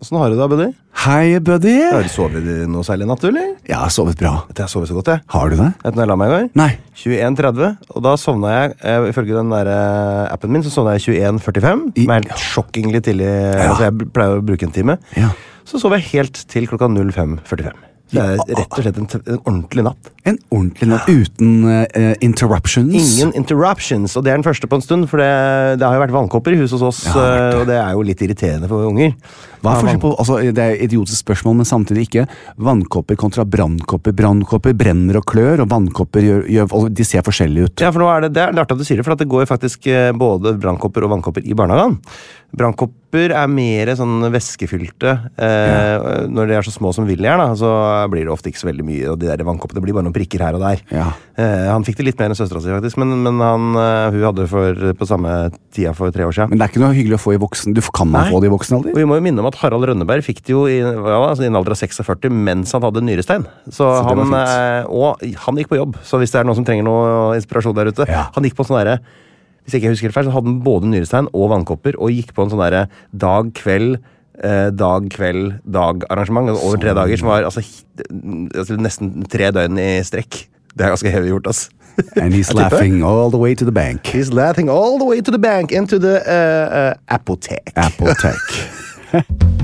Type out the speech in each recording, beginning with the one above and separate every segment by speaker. Speaker 1: Åssen har du det, buddy?
Speaker 2: Hei, buddy.
Speaker 1: Har du sovet i noe særlig i natt, du, eller?
Speaker 2: Jeg har sovet bra.
Speaker 1: Vet du, Jeg har sovet så godt, jeg.
Speaker 2: Har du det?
Speaker 1: Vet du når jeg la meg i går?
Speaker 2: Nei.
Speaker 1: 21.30, og da sovna jeg eh, Ifølge den der eh, appen min så sovna jeg 21.45.
Speaker 2: I-
Speaker 1: Som er helt sjokkingly tidlig. Altså, jeg bl- pleier å bruke en time.
Speaker 2: Ja.
Speaker 1: Så sov jeg helt til klokka 05.45. Så Det er rett og slett en, t- en ordentlig natt.
Speaker 2: En ordentlig natt uten eh, interruptions.
Speaker 1: Ingen interruptions, og det er den første på en stund. For det, det har jo vært vannkopper i huset hos oss,
Speaker 2: Ja, det har vært
Speaker 1: eh,
Speaker 2: det.
Speaker 1: og det er jo litt irriterende for unger.
Speaker 2: Hva er
Speaker 1: Ja,
Speaker 2: forskjellen på, altså, det er et idiotisk spørsmål, men samtidig ikke. Vannkopper kontra brannkopper. Brannkopper brenner og klør, og vannkopper gjør, gjør og De ser forskjellige ut.
Speaker 1: Ja, for nå er det, det er artig at du sier det, for at det går faktisk eh, både brannkopper og vannkopper i barnehagen. Brannkopper er mer sånn væskefylte. Eh, Når de er så små som Willy er, da, så blir det ofte ikke så veldig mye. og de der vannkoppene blir bare noen prikker her og der.
Speaker 2: Ja.
Speaker 1: Eh, han fikk det litt mer enn søstera si, faktisk, men, men han, eh, hun hadde det for, på samme tida for tre år siden.
Speaker 2: Men det er ikke noe hyggelig å få i voksen. Du f- kan man
Speaker 1: Nei.
Speaker 2: få det i voksen
Speaker 1: Og
Speaker 2: alder.
Speaker 1: vi må jo minne om at Harald Rønneberg fikk det jo i, hva var det, altså i en alder av 46 mens han hadde nyrestein. Så,
Speaker 2: Så det var
Speaker 1: han,
Speaker 2: fint.
Speaker 1: eh, og han gikk på jobb, så hvis det er noen som trenger noe inspirasjon der ute
Speaker 2: Ja.
Speaker 1: Han gikk på en sånn derre Hvis jeg ikke husker helt feil, så hadde han både nyrestein og vannkopper og gikk på en sånn derre dag, kveld, eh, dag, kveld, dag-arrangement over tre dager, som var altså, hi- altså nesten tre døgn i strekk. Det er ganske heavy gjort, ass.
Speaker 2: And he's
Speaker 1: Jeg tipper.
Speaker 2: laughing all the way to the bank.
Speaker 1: He's laughing all the way to the bank into the uh, uh, apotek.
Speaker 2: Apple Tech.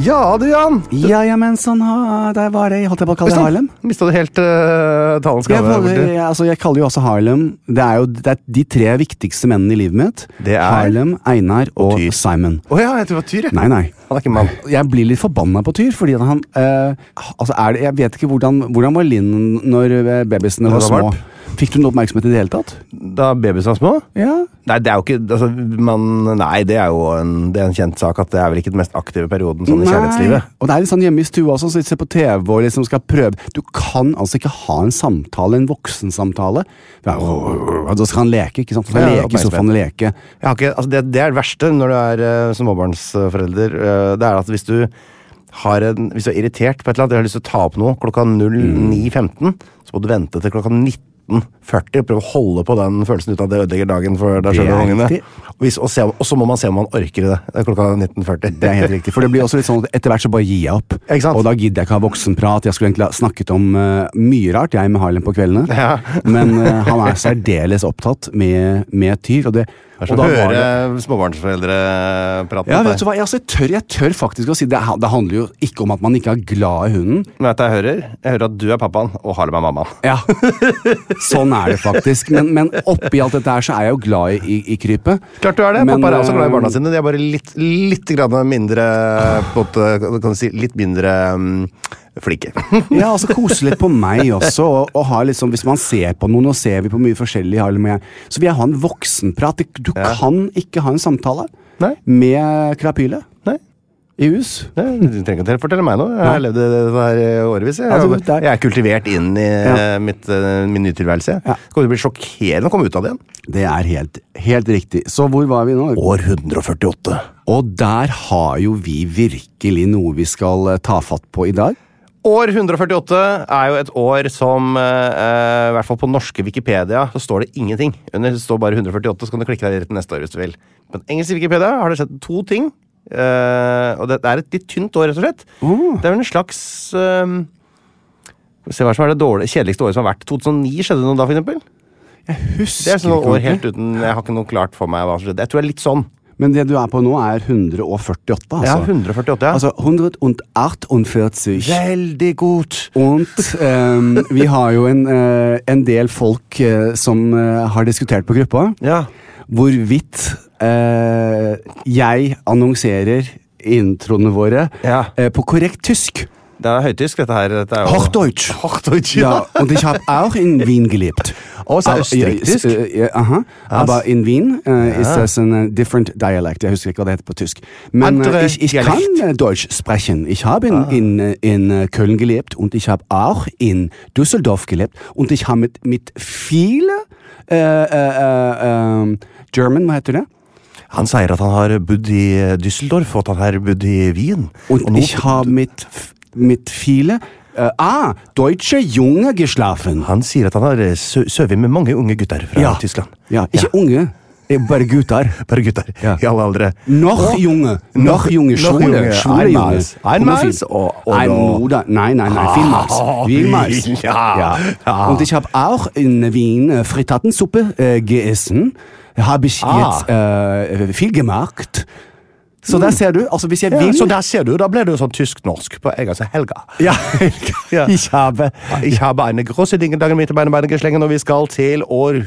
Speaker 1: Ja du, Jan!
Speaker 2: ja, ja, men sånn ha, Der var jeg, holdt jeg på å kalle det Harlem.
Speaker 1: Mista du helt uh, talens
Speaker 2: Jeg,
Speaker 1: gave?
Speaker 2: kaller-
Speaker 1: borti?
Speaker 2: jeg, altså, jeg kaller jo også Harlem Det er jo det er de tre viktigste mennene i livet mitt.
Speaker 1: Det er-
Speaker 2: Harlem, Einar og,
Speaker 1: Tyr.
Speaker 2: Simon.
Speaker 1: Å ja, jeg tror det var Tyr. jeg.
Speaker 2: Nei, nei.
Speaker 1: Han er ikke mann.
Speaker 2: Jeg blir litt forbanna på Tyr, fordi han eh, Altså, er det Jeg vet ikke hvordan Hvordan var Linn når eh, babyene
Speaker 1: Når
Speaker 2: var
Speaker 1: det var
Speaker 2: små? Fikk du noe oppmerksomhet i det hele tatt?
Speaker 1: Da babyene var små?
Speaker 2: Ja.
Speaker 1: Nei, det er jo ikke altså, man, Nei, det er jo en, det er en kjent sak at det er vel ikke den mest aktive perioden sånn i kjærlighetslivet.
Speaker 2: Og det er litt sånn hjemme i stua også, så de ser på TV og liksom skal prøve Du kan altså ikke ha en samtale, en voksensamtale. Da skal han leke, ikke sant? Så skal han
Speaker 1: Ja,
Speaker 2: leke i sofaen og leke.
Speaker 1: Jeg har ikke, altså, det, det er det verste når du er eh, småbarnsforelder. eh, det er at hvis du har en, hvis du er irritert på et eller annet, du har lyst til å ta opp noe klokka 09.15, så må du vente til klokka 19.40 og prøve å holde på den følelsen uten at det ødelegger dagen for deg
Speaker 2: Det
Speaker 1: sjøl og
Speaker 2: er
Speaker 1: ungene.
Speaker 2: riktig.
Speaker 1: Og, hvis, og, se, om- og så må man se om man orker det eh, klokka 19.40.
Speaker 2: Det er helt riktig. For det blir også litt sånn at etter hvert så bare gir jeg opp.
Speaker 1: Ikke sant?
Speaker 2: Og da gidder jeg ikke ha voksenprat. Jeg skulle egentlig ha snakket om eh, mye rart, jeg med Harlem på kveldene.
Speaker 1: Ja.
Speaker 2: Men eh, han er særdeles opptatt med, med Tyr. Og det,
Speaker 1: Det er
Speaker 2: og
Speaker 1: som
Speaker 2: da
Speaker 1: å
Speaker 2: var
Speaker 1: høre
Speaker 2: det-
Speaker 1: småbarnsforeldrepraten.
Speaker 2: ja,
Speaker 1: med
Speaker 2: vet
Speaker 1: deg.
Speaker 2: du hva? Jeg, altså, jeg, tør, jeg tør faktisk å si det. Det handler jo ikke om at man ikke er glad i hunden.
Speaker 1: Men vet du hva jeg hører? Jeg hører at du er pappaen, og Harlem er mammaen.
Speaker 2: Ja. Sånn er det faktisk. Men, men oppi alt dette her så er jeg jo glad i, i krypet.
Speaker 1: Klart du er det.
Speaker 2: Men,
Speaker 1: Pappa er også glad i barna
Speaker 2: eh,
Speaker 1: sine. De er bare litt, litt grann mindre på en måte, kan du si, Litt mindre mm, flinke.
Speaker 2: Ja, altså kose litt på meg også. Og, og ha litt sånn, Hvis man ser på noen, og ser vi på mye forskjellig, har eller med- så vil jeg ha en voksenprat. Det- Du
Speaker 1: Ja.
Speaker 2: kan ikke ha en samtale
Speaker 1: Nei.
Speaker 2: med krapyle
Speaker 1: Nei.
Speaker 2: i hus.
Speaker 1: Nei, Du trenger ikke å fortelle meg noe. Jeg har levd det her i årevis. Jeg,
Speaker 2: Altså, det er-
Speaker 1: jeg er kultivert inn i
Speaker 2: Ja.
Speaker 1: mitt, eh, min nye tilværelse.
Speaker 2: Ja.
Speaker 1: Det kommer til å bli sjokkerende å komme ut av det igjen.
Speaker 2: Det er helt, helt riktig. Så hvor var vi nå?
Speaker 1: År 148.
Speaker 2: Og der har jo vi virkelig noe vi skal eh, ta fatt på i dag.
Speaker 1: År 148 er jo et år som eh, eh, I hvert fall på norske Wikipedia så står det ingenting. Under det står bare 148, så kan du klikke deg rett til neste år hvis du vil. På den engelske Wikipedia har det skjedd to ting. eh, og det, det er et litt tynt år, rett og slett.
Speaker 2: Uh.
Speaker 1: Det er vel en slags eh, skal vi Se hva som er det dårlig, kjedeligste året som har vært. 2009 skjedde det noe da, for eksempel. Det er sånn noen år helt uten Jeg har ikke noe klart for meg hva som skjedde. Jeg tror det er litt sånn.
Speaker 2: Men det du er på nå, er 148, altså.
Speaker 1: Ja, 148, ja.
Speaker 2: Altså 148.
Speaker 1: Veldig godt.
Speaker 2: Und ehm, vi har jo en, eh, en del folk eh, som eh, har diskutert på gruppa
Speaker 1: Ja.
Speaker 2: hvorvidt eh, jeg annonserer introene våre
Speaker 1: Ja.
Speaker 2: eh, på korrekt tysk.
Speaker 1: Det er høytysk, dette her. Dette er jo
Speaker 2: Hochdeutsch.
Speaker 1: Hochdeutsch,
Speaker 2: Ja, und ich habe auch in Wien gelebt.
Speaker 1: Außer
Speaker 2: Aber-
Speaker 1: Österreichisch?
Speaker 2: Ja, äh, ja, ja, aha. Aber in Wien äh, ist
Speaker 1: Ja.
Speaker 2: das ein äh, different dialect. Jeg husker ikke hva det heter på tysk. Men
Speaker 1: Andere
Speaker 2: äh, ich, ich kann
Speaker 1: Dialekt. Ah.
Speaker 2: äh, Deutsch sprechen. Ich habe in, in, äh, in äh, Köln gelebt und ich habe auch in Düsseldorf gelebt und ich habe mit, mit viele äh, äh, äh, äh, German, hva heter det?
Speaker 1: Han sier at han har bodd i Düsseldorf, og at han har bodd i Wien.
Speaker 2: Und
Speaker 1: nå-
Speaker 2: ich habe mit, mit viele äh, ah, deutsche Junge geschlafen.
Speaker 1: Han sier at han har eh, sø- sovet med mange unge gutter fra
Speaker 2: ja.
Speaker 1: Tyskland.
Speaker 2: Ja, ikke unge. eh, Bare gutter.
Speaker 1: Bare gutter
Speaker 2: Ja.
Speaker 1: i alle aldre.
Speaker 2: Noch junge. Noch junge.
Speaker 1: Oh. noch
Speaker 2: Schwule.
Speaker 1: junge.
Speaker 2: Schwule junge.
Speaker 1: Einmals. Einmals o- oder-
Speaker 2: Ein Bruder. Nein, nein, nein. Vielmals.
Speaker 1: Ah,
Speaker 2: Vielmals.
Speaker 1: ja. Ah. Ja.
Speaker 2: Und ich habe auch in Wien äh, Frittatensuppe äh, gegessen. Habe ich
Speaker 1: Ah.
Speaker 2: jetzt äh, viel gemacht. Så der ser du. Altså, hvis jeg
Speaker 1: Hm. Ja,
Speaker 2: vil
Speaker 1: så der ser du, da ble du sånn tysk-norsk på en gang. Så helga.
Speaker 2: Ja.
Speaker 1: Ja. Ah,
Speaker 2: Ich habe
Speaker 1: Ich habe eine große Dingedange mit meine Beine geschlängen, og vi skal til år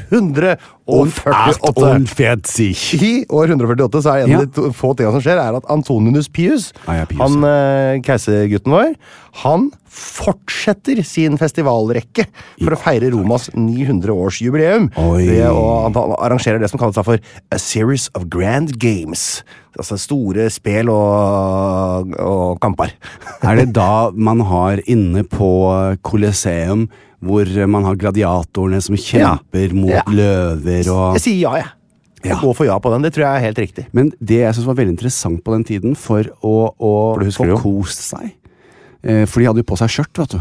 Speaker 1: 148.
Speaker 2: 48.
Speaker 1: I år 148 så er en av
Speaker 2: Ja.
Speaker 1: de to- få tingene som skjer, er at Antoninus Pius,
Speaker 2: Ah, ja, Pius,
Speaker 1: han eh, keisergutten vår, han fortsetter sin festivalrekke for å feire Romas 900-årsjubileum.
Speaker 2: Oi.
Speaker 1: Ved å han arrangerer det som kalles da for A Series of Grand Games. Altså store spel og, og kamper.
Speaker 2: Er det da man har inne på Colosseum, hvor man har gladiatorene som kjemper mot
Speaker 1: Ja.
Speaker 2: løver og
Speaker 1: Jeg sier ja, jeg. Jeg
Speaker 2: Ja.
Speaker 1: går for ja på den. Det tror jeg er helt riktig.
Speaker 2: Men det jeg synes var veldig interessant på den tiden, for å, å
Speaker 1: For det husker
Speaker 2: få
Speaker 1: du jo.
Speaker 2: kost seg eh, For de hadde jo på seg skjørt, vet du.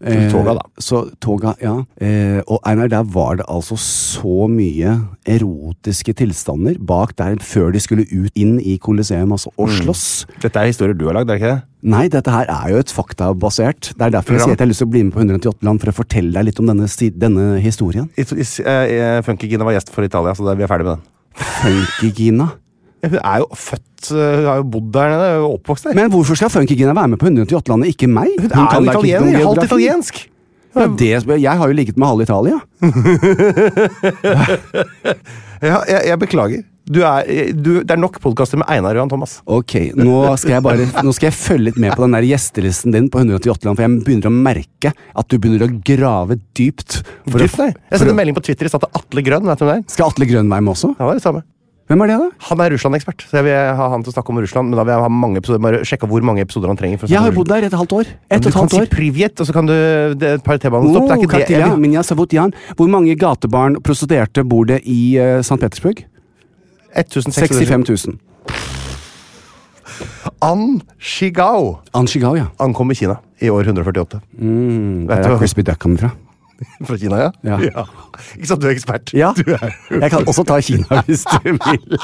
Speaker 2: Eh,
Speaker 1: toga, da.
Speaker 2: Så toga, ja. Eh, og Einar, der var det altså så mye erotiske tilstander bak der før de skulle ut inn i Colosseum altså, og
Speaker 1: Mm.
Speaker 2: slåss.
Speaker 1: Dette er historier du har lagd, er det ikke det?
Speaker 2: Nei, dette her er jo et faktabasert. Det er derfor jeg
Speaker 1: Bra.
Speaker 2: sier at jeg har lyst til å bli med på 188 land for å fortelle deg litt om denne, si- denne historien.
Speaker 1: It- is- eh, eh, Funkygina var gjest for Italia, så da- vi er ferdig med den.
Speaker 2: Funkygina.
Speaker 1: Hun er jo født eh, Hun har jo bodd der nede, hun er jo oppvokst der.
Speaker 2: Men hvorfor skal Funkygina være med på 188 landet, ikke meg?
Speaker 1: Hun
Speaker 2: Hun kan
Speaker 1: er jo
Speaker 2: da ikke noe
Speaker 1: italiener, halvt
Speaker 2: geografi.
Speaker 1: italiensk!
Speaker 2: Ja, det, jeg har jo ligget med halve Italia.
Speaker 1: Ja, jeg, jeg beklager. Du er, eh, du, det er nok podkaster med Einar Johan Thomas.
Speaker 2: Ok, nå skal, jeg bare, nå skal jeg følge litt med på den der gjestelisten din på 188 land, for jeg begynner å merke at du begynner å grave dypt. for å-
Speaker 1: Dypt, nei. Jeg
Speaker 2: for
Speaker 1: sendte en
Speaker 2: å-
Speaker 1: melding på Twitter i stad til Atle Grønn. Vet du hvem det er?
Speaker 2: Skal Atle Grønn være med også?
Speaker 1: Det var det samme.
Speaker 2: Hvem er det, da?
Speaker 1: Han er Russland-ekspert, så jeg vil ha han til å snakke om Russland. Men da vil jeg ha mange episoder, bare sjekke hvor mange episoder han trenger. For å
Speaker 2: Jeg
Speaker 1: snakke
Speaker 2: har
Speaker 1: om
Speaker 2: bodd der et halvt år.
Speaker 1: Russland.
Speaker 2: Et og et
Speaker 1: Du kan
Speaker 2: halvt år.
Speaker 1: si Privjet, og så kan du det er et par T-banestopp. det er ikke det jeg
Speaker 2: Katia,
Speaker 1: vil.
Speaker 2: Minja Savotjan. Hvor mange gatebarn og prostituerte bor det i eh, St. Petersburg?
Speaker 1: 1665.
Speaker 2: 65 000.
Speaker 1: An Shigao
Speaker 2: Anshigao, ja.
Speaker 1: ankom i Kina i år 148. Vet
Speaker 2: Der
Speaker 1: du
Speaker 2: er
Speaker 1: hva-
Speaker 2: Crispy Duck kommer fra.
Speaker 1: Fra Kina, ja?
Speaker 2: Ja.
Speaker 1: Ikke sant, du er ekspert?
Speaker 2: Ja.
Speaker 1: Du er jo-
Speaker 2: Jeg kan også ta Kina hvis du vil.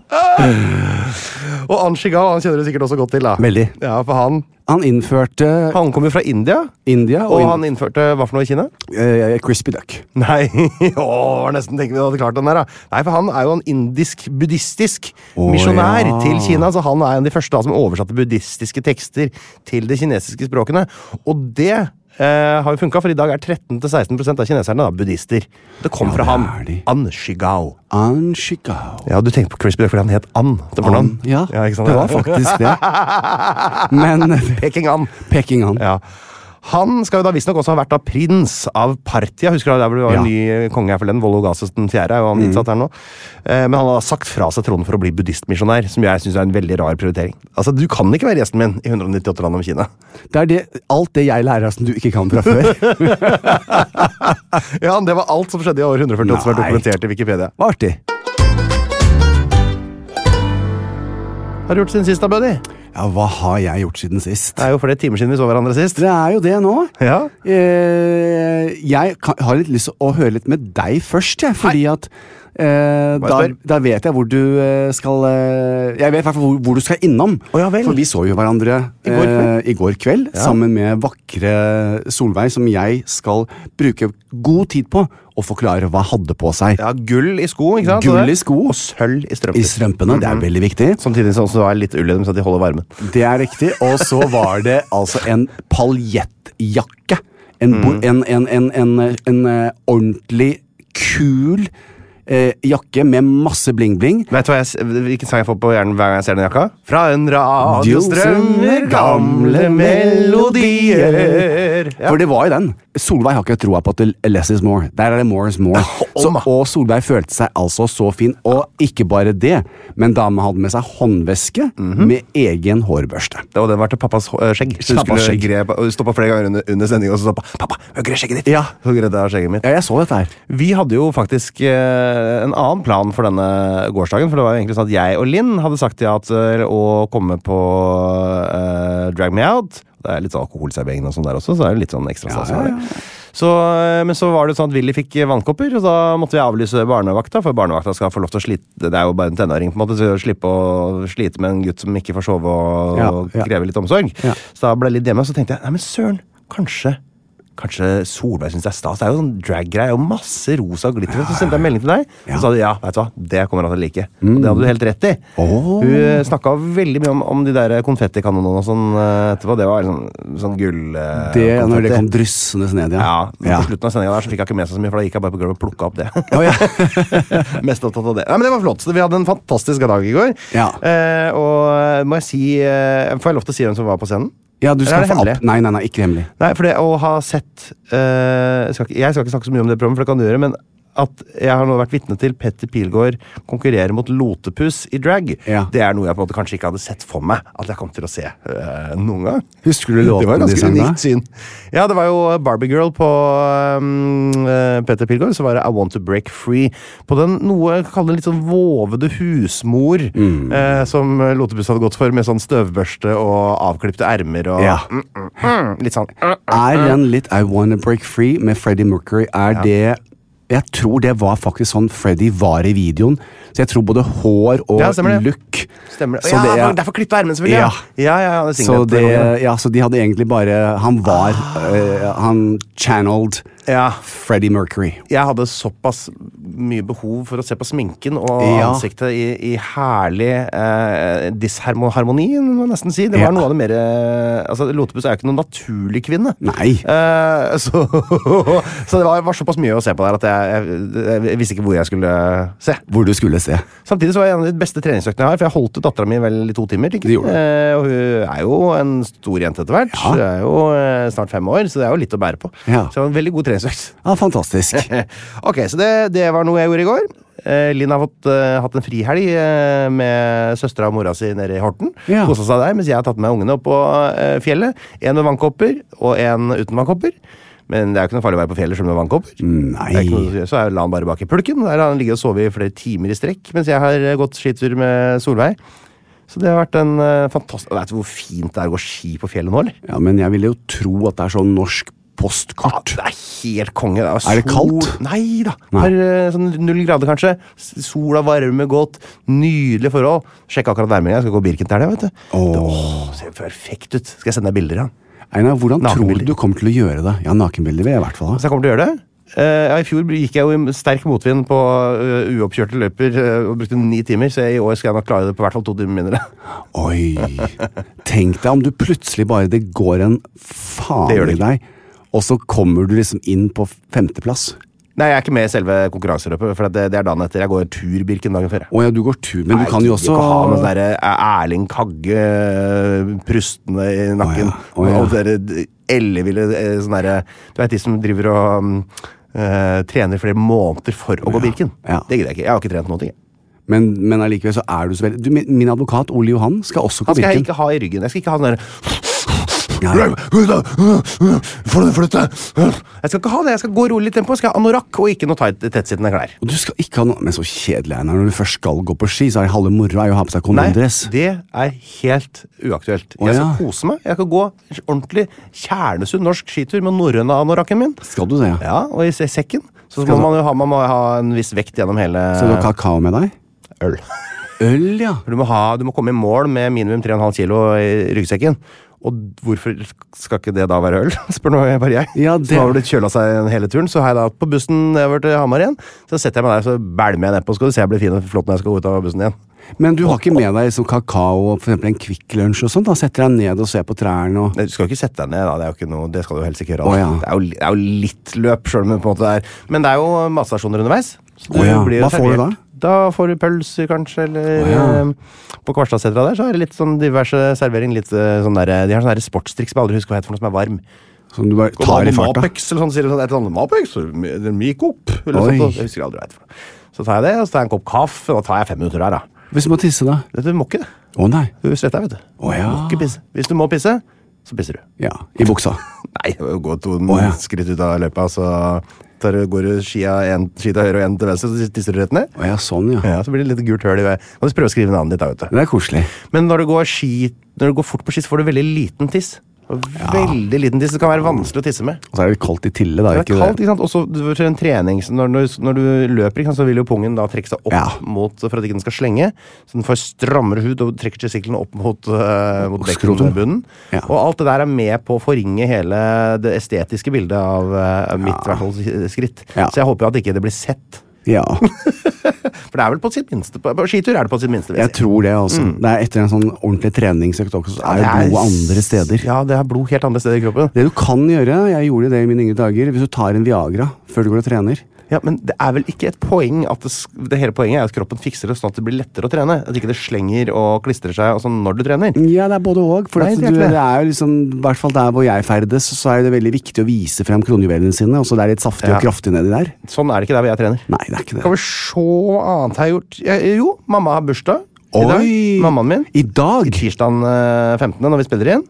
Speaker 1: Og An Shigao han kjenner du sikkert også godt til. da.
Speaker 2: Veldig.
Speaker 1: Ja, for Han
Speaker 2: Han innførte
Speaker 1: Han kom jo fra India,
Speaker 2: India
Speaker 1: og
Speaker 2: og
Speaker 1: han innførte hva for noe i Kina?
Speaker 2: eh, Crispy Duck.
Speaker 1: Nei, å, var nesten tenkt vi hadde klart den der, da. Nei, for han er jo en indisk-buddhistisk
Speaker 2: Å,
Speaker 1: misjonær
Speaker 2: ja.
Speaker 1: til Kina. Så han er en av de første da, som oversatte buddhistiske tekster til de kinesiske språkene. Og det eh, har jo funka, for i dag er 13-16 av kineserne da, buddhister. Det kom
Speaker 2: Ja,
Speaker 1: fra
Speaker 2: det
Speaker 1: ham.
Speaker 2: er de.
Speaker 1: An Shigao.
Speaker 2: An Shigao.
Speaker 1: Ja, du tenker på Crispy Duck fordi han het An til fornavn?
Speaker 2: An, ja,
Speaker 1: ikke sant?
Speaker 2: det var faktisk det. Men eh,
Speaker 1: Peking An.
Speaker 2: Peking An.
Speaker 1: Ja. Han skal jo da visstnok også ha vært da prins av Partia. Husker du der hvor det var en ny eh, konge her forleden? Vologasus den fjerde er jo han innsatt her nå. Eh, Men han har da sagt fra seg tronen for å bli buddhistmisjonær, som jeg syns er en veldig rar prioritering. Altså, Du kan ikke være gjesten min i 198 land om Kina.
Speaker 2: Det er det, alt det jeg lærer som du ikke kan fra før.
Speaker 1: Ja, Det var alt som skjedde i år 148 som er
Speaker 2: Nei.
Speaker 1: dokumentert i Wikipedia.
Speaker 2: Hva artig.
Speaker 1: Har du gjort siden sist, da, buddy?
Speaker 2: Ja, hva har jeg gjort siden sist?
Speaker 1: Det er jo flere timer siden vi så hverandre sist.
Speaker 2: Det er jo det nå.
Speaker 1: Ja.
Speaker 2: Eh, jeg kan, har litt lyst til å høre litt med deg først, jeg. Fordi at eh,
Speaker 1: Bare
Speaker 2: da,
Speaker 1: spør.
Speaker 2: da vet jeg hvor du eh, skal eh, Jeg vet i hvert fall hvor, hvor du skal innom.
Speaker 1: Å, ja vel.
Speaker 2: For vi så jo hverandre eh,
Speaker 1: I går kveld.
Speaker 2: i går kveld sammen med vakre Solveig, som jeg skal bruke god tid på å forklare hva hadde på seg.
Speaker 1: ja, gull i sko, ikke sant?
Speaker 2: Gull i sko.
Speaker 1: Og sølv i Mm-hmm. strømper.
Speaker 2: I strømpene. Det er veldig viktig.
Speaker 1: Samtidig som det er litt ull i dem, så de holder varmen.
Speaker 2: Det er riktig. Og så var det altså en paljettjakke. En, bo-
Speaker 1: Mm.
Speaker 2: en, en, en, en, en eh, ordentlig kul eh, jakke med masse bling-bling.
Speaker 1: Vet du hva jeg, s- hvilken sang jeg får på hjernen hver gang jeg ser den jakka? Fra en radio strømmer gamle melodier. Ja.
Speaker 2: For det var jo den. Solveig har ikke troa på at det- less is more. Der er det more is more. Så, og Solveig følte seg altså så fin. Og ikke bare det, men dama hadde med seg håndveske
Speaker 1: Mhm.
Speaker 2: med egen hårbørste.
Speaker 1: Det var den var til pappas hå- eh, skjegg. Så du
Speaker 2: Pappas
Speaker 1: skulle
Speaker 2: skjegg.
Speaker 1: gre- og du stoppa flere ganger under, under sendinga og så sa pappa, pappa, høgre skjegget ditt.
Speaker 2: Ja.
Speaker 1: Så grep jeg av skjegget mitt.
Speaker 2: Ja, jeg så dette her.
Speaker 1: Vi hadde jo faktisk eh, en annen plan for denne gårsdagen. For det var jo egentlig sånn at jeg og Linn hadde sagt ja til å komme på eh, Drag Me Out. Det er litt sånn alkoholservering og sånn der også, så det er jo litt sånn ekstra stas. å være. Så, eh, men så var det jo sånn at Willy fikk eh, vannkopper, og da måtte vi avlyse barnevakta. For barnevakta skal få lov til å slite Det er jo bare en tenåring, på en måte, så slippe å slite med en gutt som ikke får sove og,
Speaker 2: Ja,
Speaker 1: og
Speaker 2: ja.
Speaker 1: krever litt omsorg.
Speaker 2: Ja.
Speaker 1: Så da ble jeg litt hjemme, og så tenkte jeg nei, men søren, kanskje Kanskje Solveig syns det er stas. Det er jo sånn drag-greie og masse rosa og glitter. Så sendte jeg en melding til deg, og så sa du ja, vet du hva, det kommer han til å like. Og det hadde du helt rett i.
Speaker 2: Åh.
Speaker 1: Hun snakka veldig mye om, om de der konfettikanonene og sånn eh, etterpå. Det var sånn, sånn gull... eh,
Speaker 2: Det, når det
Speaker 1: konfetti.
Speaker 2: kom dryssende ned,
Speaker 1: Ja, men På slutten av sendinga der så fikk jeg ikke med seg så mye, for da gikk jeg bare på gulvet og plukka opp det.
Speaker 2: Å, ja.
Speaker 1: Mest opptatt av det. Nei, men det var flott. Så vi hadde en fantastisk dag i går.
Speaker 2: Ja.
Speaker 1: Eh, og må jeg si eh, Får jeg lov til å si hvem som var på scenen?
Speaker 2: Ja, du
Speaker 1: Eller
Speaker 2: skal
Speaker 1: er det
Speaker 2: få opp
Speaker 1: hemmelig?
Speaker 2: Nei, nei, nei, ikke hemmelig.
Speaker 1: Nei, for det å ha sett eh, jeg, skal ikke, jeg skal ikke snakke så mye om det programmet, for det kan du gjøre, men at jeg har nå vært vitne til Petter Pilgaard konkurrere mot Lotepus i drag,
Speaker 2: Ja.
Speaker 1: det er noe jeg på en måte kanskje ikke hadde sett for meg at jeg kom til å se eh, noen gang.
Speaker 2: Husker du låten
Speaker 1: Det var et
Speaker 2: de
Speaker 1: ganske
Speaker 2: sang da?
Speaker 1: unikt syn. Ja, det var jo Barbie-girl på um, eh, Petter Pilgaard, så var det I Want To Break Free. På den noe jeg kaller litt sånn vovede husmor
Speaker 2: Mm.
Speaker 1: eh, som Lotepus hadde gått for, med sånn støvbørste og avklipte ermer og
Speaker 2: Ja.
Speaker 1: mm, mm, mm, litt sånn
Speaker 2: Er den litt I Wanna Break Free med Freddie Mercury, er det Jeg tror det var faktisk sånn Freddie var i videoen. Så jeg tror både hår og
Speaker 1: Ja, stemmer det.
Speaker 2: look
Speaker 1: Stemmer det.
Speaker 2: Så
Speaker 1: ja,
Speaker 2: det er-
Speaker 1: derfor klippet ermen, selvfølgelig.
Speaker 2: Ja.
Speaker 1: ja, ja, ja det er
Speaker 2: Så
Speaker 1: singlet.
Speaker 2: det Ja, så de hadde egentlig bare Han var eh, Han channeled
Speaker 1: Ja.
Speaker 2: Freddie Mercury.
Speaker 1: Jeg hadde såpass mye behov for å se på sminken og
Speaker 2: Ja.
Speaker 1: ansiktet i, i herlig eh, disharmoni, må jeg nesten si. Det var
Speaker 2: Ja.
Speaker 1: noe av det mer eh, altså, Lotepus er jo ikke noen naturlig kvinne.
Speaker 2: Nei.
Speaker 1: Eh, så så det var, var såpass mye å se på der at jeg, jeg, jeg visste ikke hvor jeg skulle se.
Speaker 2: Hvor du skulle se.
Speaker 1: Samtidig så var det en av de beste treningsøktene jeg har, for jeg holdt ut dattera mi vel i to timer. tenker
Speaker 2: Det gjorde du.
Speaker 1: jeg. Eh, og hun er jo en stor jente etter hvert.
Speaker 2: Ja.
Speaker 1: Hun er jo eh, snart fem år, så det er jo litt å bære på.
Speaker 2: Ja.
Speaker 1: Så det var en veldig god treningsøkt.
Speaker 2: Ja, fantastisk.
Speaker 1: ok, så det, det var noe jeg gjorde i går. Eh, Linn har fått, eh, hatt en frihelg eh, med søstera og mora si nede i Horten.
Speaker 2: Ja.
Speaker 1: Kosa seg der, mens jeg har tatt med ungene opp på eh, fjellet. En med vannkopper og en uten vannkopper. Men det er jo ikke noe farlig å være på fjellet selv med vannkopper. Det er
Speaker 2: Nei.
Speaker 1: ikke noe, som gjør- så er jo la han bare bak i pulken. Der har han ligget og sovet i flere timer i strekk mens jeg har eh, gått skitur med Solveig. Så det har vært en eh, fantastisk Vet du hvor fint det er å gå ski på fjellet nå, eller?
Speaker 2: Ja, men jeg ville jo tro at det er sånn norsk postkort.
Speaker 1: Det er helt konge. Det er,
Speaker 2: Er det kaldt?
Speaker 1: Nei da.
Speaker 2: Nei.
Speaker 1: Per, eh, sånn null grader, kanskje. S- Sola varmer godt. Nydelige forhold. Sjekka akkurat værmeldinga. Jeg skal gå Birken der, vet du.
Speaker 2: Åh.
Speaker 1: Det åh, ser perfekt ut. Skal jeg sende deg bilder av den?
Speaker 2: Einar, hvordan tror
Speaker 1: Nakenbilder.
Speaker 2: du du kommer til å gjøre det? Ja, nakenbilder vil jeg i hvert fall ha.
Speaker 1: Så jeg kommer til å gjøre det. Eh, ja, I fjor gikk jeg jo i sterk motvind på eh, uoppkjørte løyper eh, og brukte ni timer, så i år skal jeg nok klare det på hvert fall to timer mindre.
Speaker 2: Oi! Tenk deg om du plutselig bare Det går en
Speaker 1: Det gjør
Speaker 2: faen
Speaker 1: det
Speaker 2: i deg, og så kommer du liksom inn på femteplass.
Speaker 1: Nei, jeg er ikke med i selve konkurranseløpet, for det, det er dagen etter. Jeg går tur Birken dagen før. jeg.
Speaker 2: Å ja, du går tur, men
Speaker 1: Nei,
Speaker 2: du kan jo
Speaker 1: jeg gidder
Speaker 2: også
Speaker 1: ikke å ha med sånn derre Erling Kagge eh, prustende i nakken.
Speaker 2: Å ja, å ja.
Speaker 1: Og dere d- elleville eh, sånn derre Du veit de som driver og mm, eh, trener flere måneder for å gå Birken?
Speaker 2: ja.
Speaker 1: Det gidder jeg ikke. Jeg har ikke trent noen ting. jeg.
Speaker 2: Men, men allikevel så er du så veldig du, min, min advokat Ole Johan skal også gå
Speaker 1: Han skal jeg
Speaker 2: Birken.
Speaker 1: ikke ha i ryggen. Jeg skal ikke ha den derre
Speaker 2: Ja, ja.
Speaker 1: Flytt deg! Jeg skal ikke ha det. Jeg skal gå rolig i tempo. Jeg skal ha anorakk og ikke noe tight, tettsittende klær.
Speaker 2: Og du skal ikke ha noe Men så kjedelig er det når du først skal gå på ski, så er det halve moroa er jo å ha på seg
Speaker 1: Nei,
Speaker 2: kondomdress.
Speaker 1: det er helt uaktuelt.
Speaker 2: Å,
Speaker 1: jeg skal
Speaker 2: ja.
Speaker 1: kose meg. Jeg skal gå ordentlig kjernesund norsk skitur med norrøna anorakken min.
Speaker 2: Skal du det?
Speaker 1: Ja, og i se- sekken. Så
Speaker 2: Skal
Speaker 1: må
Speaker 2: du-
Speaker 1: man jo ha, man må ha en viss vekt gjennom hele
Speaker 2: Så du har kakao med deg?
Speaker 1: øl.
Speaker 2: Øl, ja.
Speaker 1: For Du må, ha, du må komme i mål med minimum 3,5 kilo i ryggsekken. Og hvorfor skal ikke det da være øl? Spør nå bare jeg.
Speaker 2: Ja, det-
Speaker 1: Som har blitt kjøla seg hele turen. Så har jeg da på bussen nedover til Hamar igjen. Så setter jeg meg der så bælmer jeg nedpå, så skal du se jeg blir fin og flott når jeg skal gå ut av bussen igjen.
Speaker 2: Men du har ikke med deg sånn kakao og for eksempel en Kvikk Lunsj og sånn? Da setter deg ned og ser på trærne og
Speaker 1: Nei, Du skal jo ikke sette deg ned, da. Det, er jo ikke noe, det skal du jo helst ikke gjøre. da.
Speaker 2: Å, ja.
Speaker 1: det, er jo, li- det er jo litt løp, sjøl om det på en måte er Men det er jo matstasjoner underveis. så
Speaker 2: Å, ja.
Speaker 1: blir jo
Speaker 2: Hva får du
Speaker 1: servert. Da får du pølser, kanskje, eller
Speaker 2: Å, ja.
Speaker 1: eh, På Kvarstadsetra der så er det litt sånn diverse servering. Litt eh, sånn der, de har sånn der sportstriks som jeg aldri husker hva heter for noe som er varm.
Speaker 2: Som sånn, du bare tar i farta?
Speaker 1: Mapex eller sånn, sier de sånn. Et eller annet Mapex, eller Mikop, eller
Speaker 2: Oi.
Speaker 1: sånt. og Jeg husker aldri hva det heter. for noe. Så tar jeg det, og så tar jeg en kopp kaffe, og da tar jeg fem minutter der, da.
Speaker 2: Hvis du må tisse, da?
Speaker 1: Vet Du du må ikke det.
Speaker 2: Å nei.
Speaker 1: Du svetter, vet du.
Speaker 2: Å ja.
Speaker 1: Må ikke pisse. Hvis du må pisse, så pisser du.
Speaker 2: Ja, I buksa.
Speaker 1: Nei, det var jo gå to
Speaker 2: ja.
Speaker 1: skritt ut av løypa, så tar, du- går du skia en, ski til høyre og en til venstre, så tisser du rett ned.
Speaker 2: Å ja, sånn, ja.
Speaker 1: Ja, Så blir det litt gult høl i veien. Kan du prøve å skrive navnet ditt, da, vet du.
Speaker 2: Det er koselig.
Speaker 1: Men når du går, ski, når du går fort på ski, så får du veldig liten tiss. Og Veldig liten tiss. Det kan være vanskelig å tisse med.
Speaker 2: Og så er det kaldt i tille, da.
Speaker 1: Det er
Speaker 2: ikke
Speaker 1: kaldt,
Speaker 2: det?
Speaker 1: ikke sant? Også du- for en trening, så når, du- når du løper, ikke sant, så vil jo pungen da trekke seg opp
Speaker 2: Ja.
Speaker 1: mot, for at ikke den skal slenge. Så den får strammere hud og trekker testiklene opp mot, uh, mot
Speaker 2: skrotum.
Speaker 1: bekkenbunnen.
Speaker 2: Ja.
Speaker 1: Og alt det der er med på å forringe hele det estetiske bildet av eh, mitt i hvert fall, skritt.
Speaker 2: Ja.
Speaker 1: Så jeg håper jo at ikke det blir sett.
Speaker 2: Ja.
Speaker 1: For det er vel på sitt minste på, på skitur er det på sitt minste. vil
Speaker 2: Jeg
Speaker 1: si.
Speaker 2: tror det, altså. Det er etter en sånn ordentlig treningsøkt også, så er det
Speaker 1: er-
Speaker 2: blod andre steder.
Speaker 1: Ja, det er blod helt andre steder i kroppen.
Speaker 2: Det du kan gjøre, jeg gjorde det i mine yngre dager, hvis du tar en Viagra før du går og trener
Speaker 1: Ja, Men det er vel ikke et poeng at det, sk- det hele poenget er at kroppen fikser det sånn at det blir lettere å trene. At ikke det slenger og klistrer seg og sånn når du trener.
Speaker 2: Ja, det er både òg. For
Speaker 1: Nei,
Speaker 2: at
Speaker 1: det er
Speaker 2: du,
Speaker 1: ikke det.
Speaker 2: det er jo liksom, i hvert fall der hvor jeg ferdes, så er det veldig viktig å vise frem kronjuvelene sine. Og så det er litt saftig
Speaker 1: Ja.
Speaker 2: og kraftig nedi der.
Speaker 1: Sånn er det ikke der hvor jeg trener.
Speaker 2: Nei, det er
Speaker 1: Skal
Speaker 2: ikke det.
Speaker 1: vi se hva annet jeg har gjort Jeg- Jo, mamma har bursdag i dag.
Speaker 2: Oi!
Speaker 1: Mammaen min.
Speaker 2: I dag?
Speaker 1: Tirsdagen eh, 15. når vi spiller inn.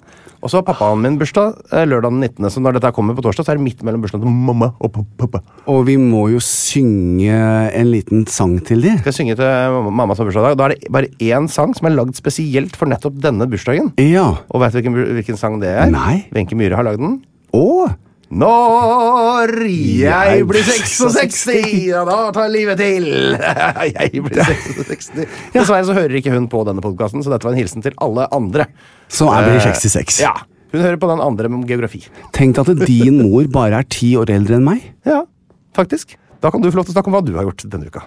Speaker 1: Og så har pappaen min bursdag eh, lørdag den 19. Så når dette kommer på torsdag, så er det midt mellom bursdagen til mamma og pa- pappa.
Speaker 2: Og vi må jo synge en liten sang til de.
Speaker 1: Skal jeg synge til mamma- mamma som har bursdag i dag? Da er det bare én sang som er lagd spesielt for nettopp denne bursdagen.
Speaker 2: Ja.
Speaker 1: Og veit du hvilken, bu- hvilken sang det er?
Speaker 2: Nei.
Speaker 1: Wenche Myhre har lagd den.
Speaker 2: Og
Speaker 1: Når jeg blir 66, ja, da tar livet til! Jeg blir 66. Dessverre så hører ikke hun på denne podkasten, så dette var en hilsen til alle andre.
Speaker 2: som er
Speaker 1: Eh,
Speaker 2: blir 66.
Speaker 1: Ja. Hun hører på den andre om geografi.
Speaker 2: Tenk deg at din mor bare er ti år eldre enn meg.
Speaker 1: Ja, faktisk. Da kan du få lov til å snakke om hva du har gjort denne uka.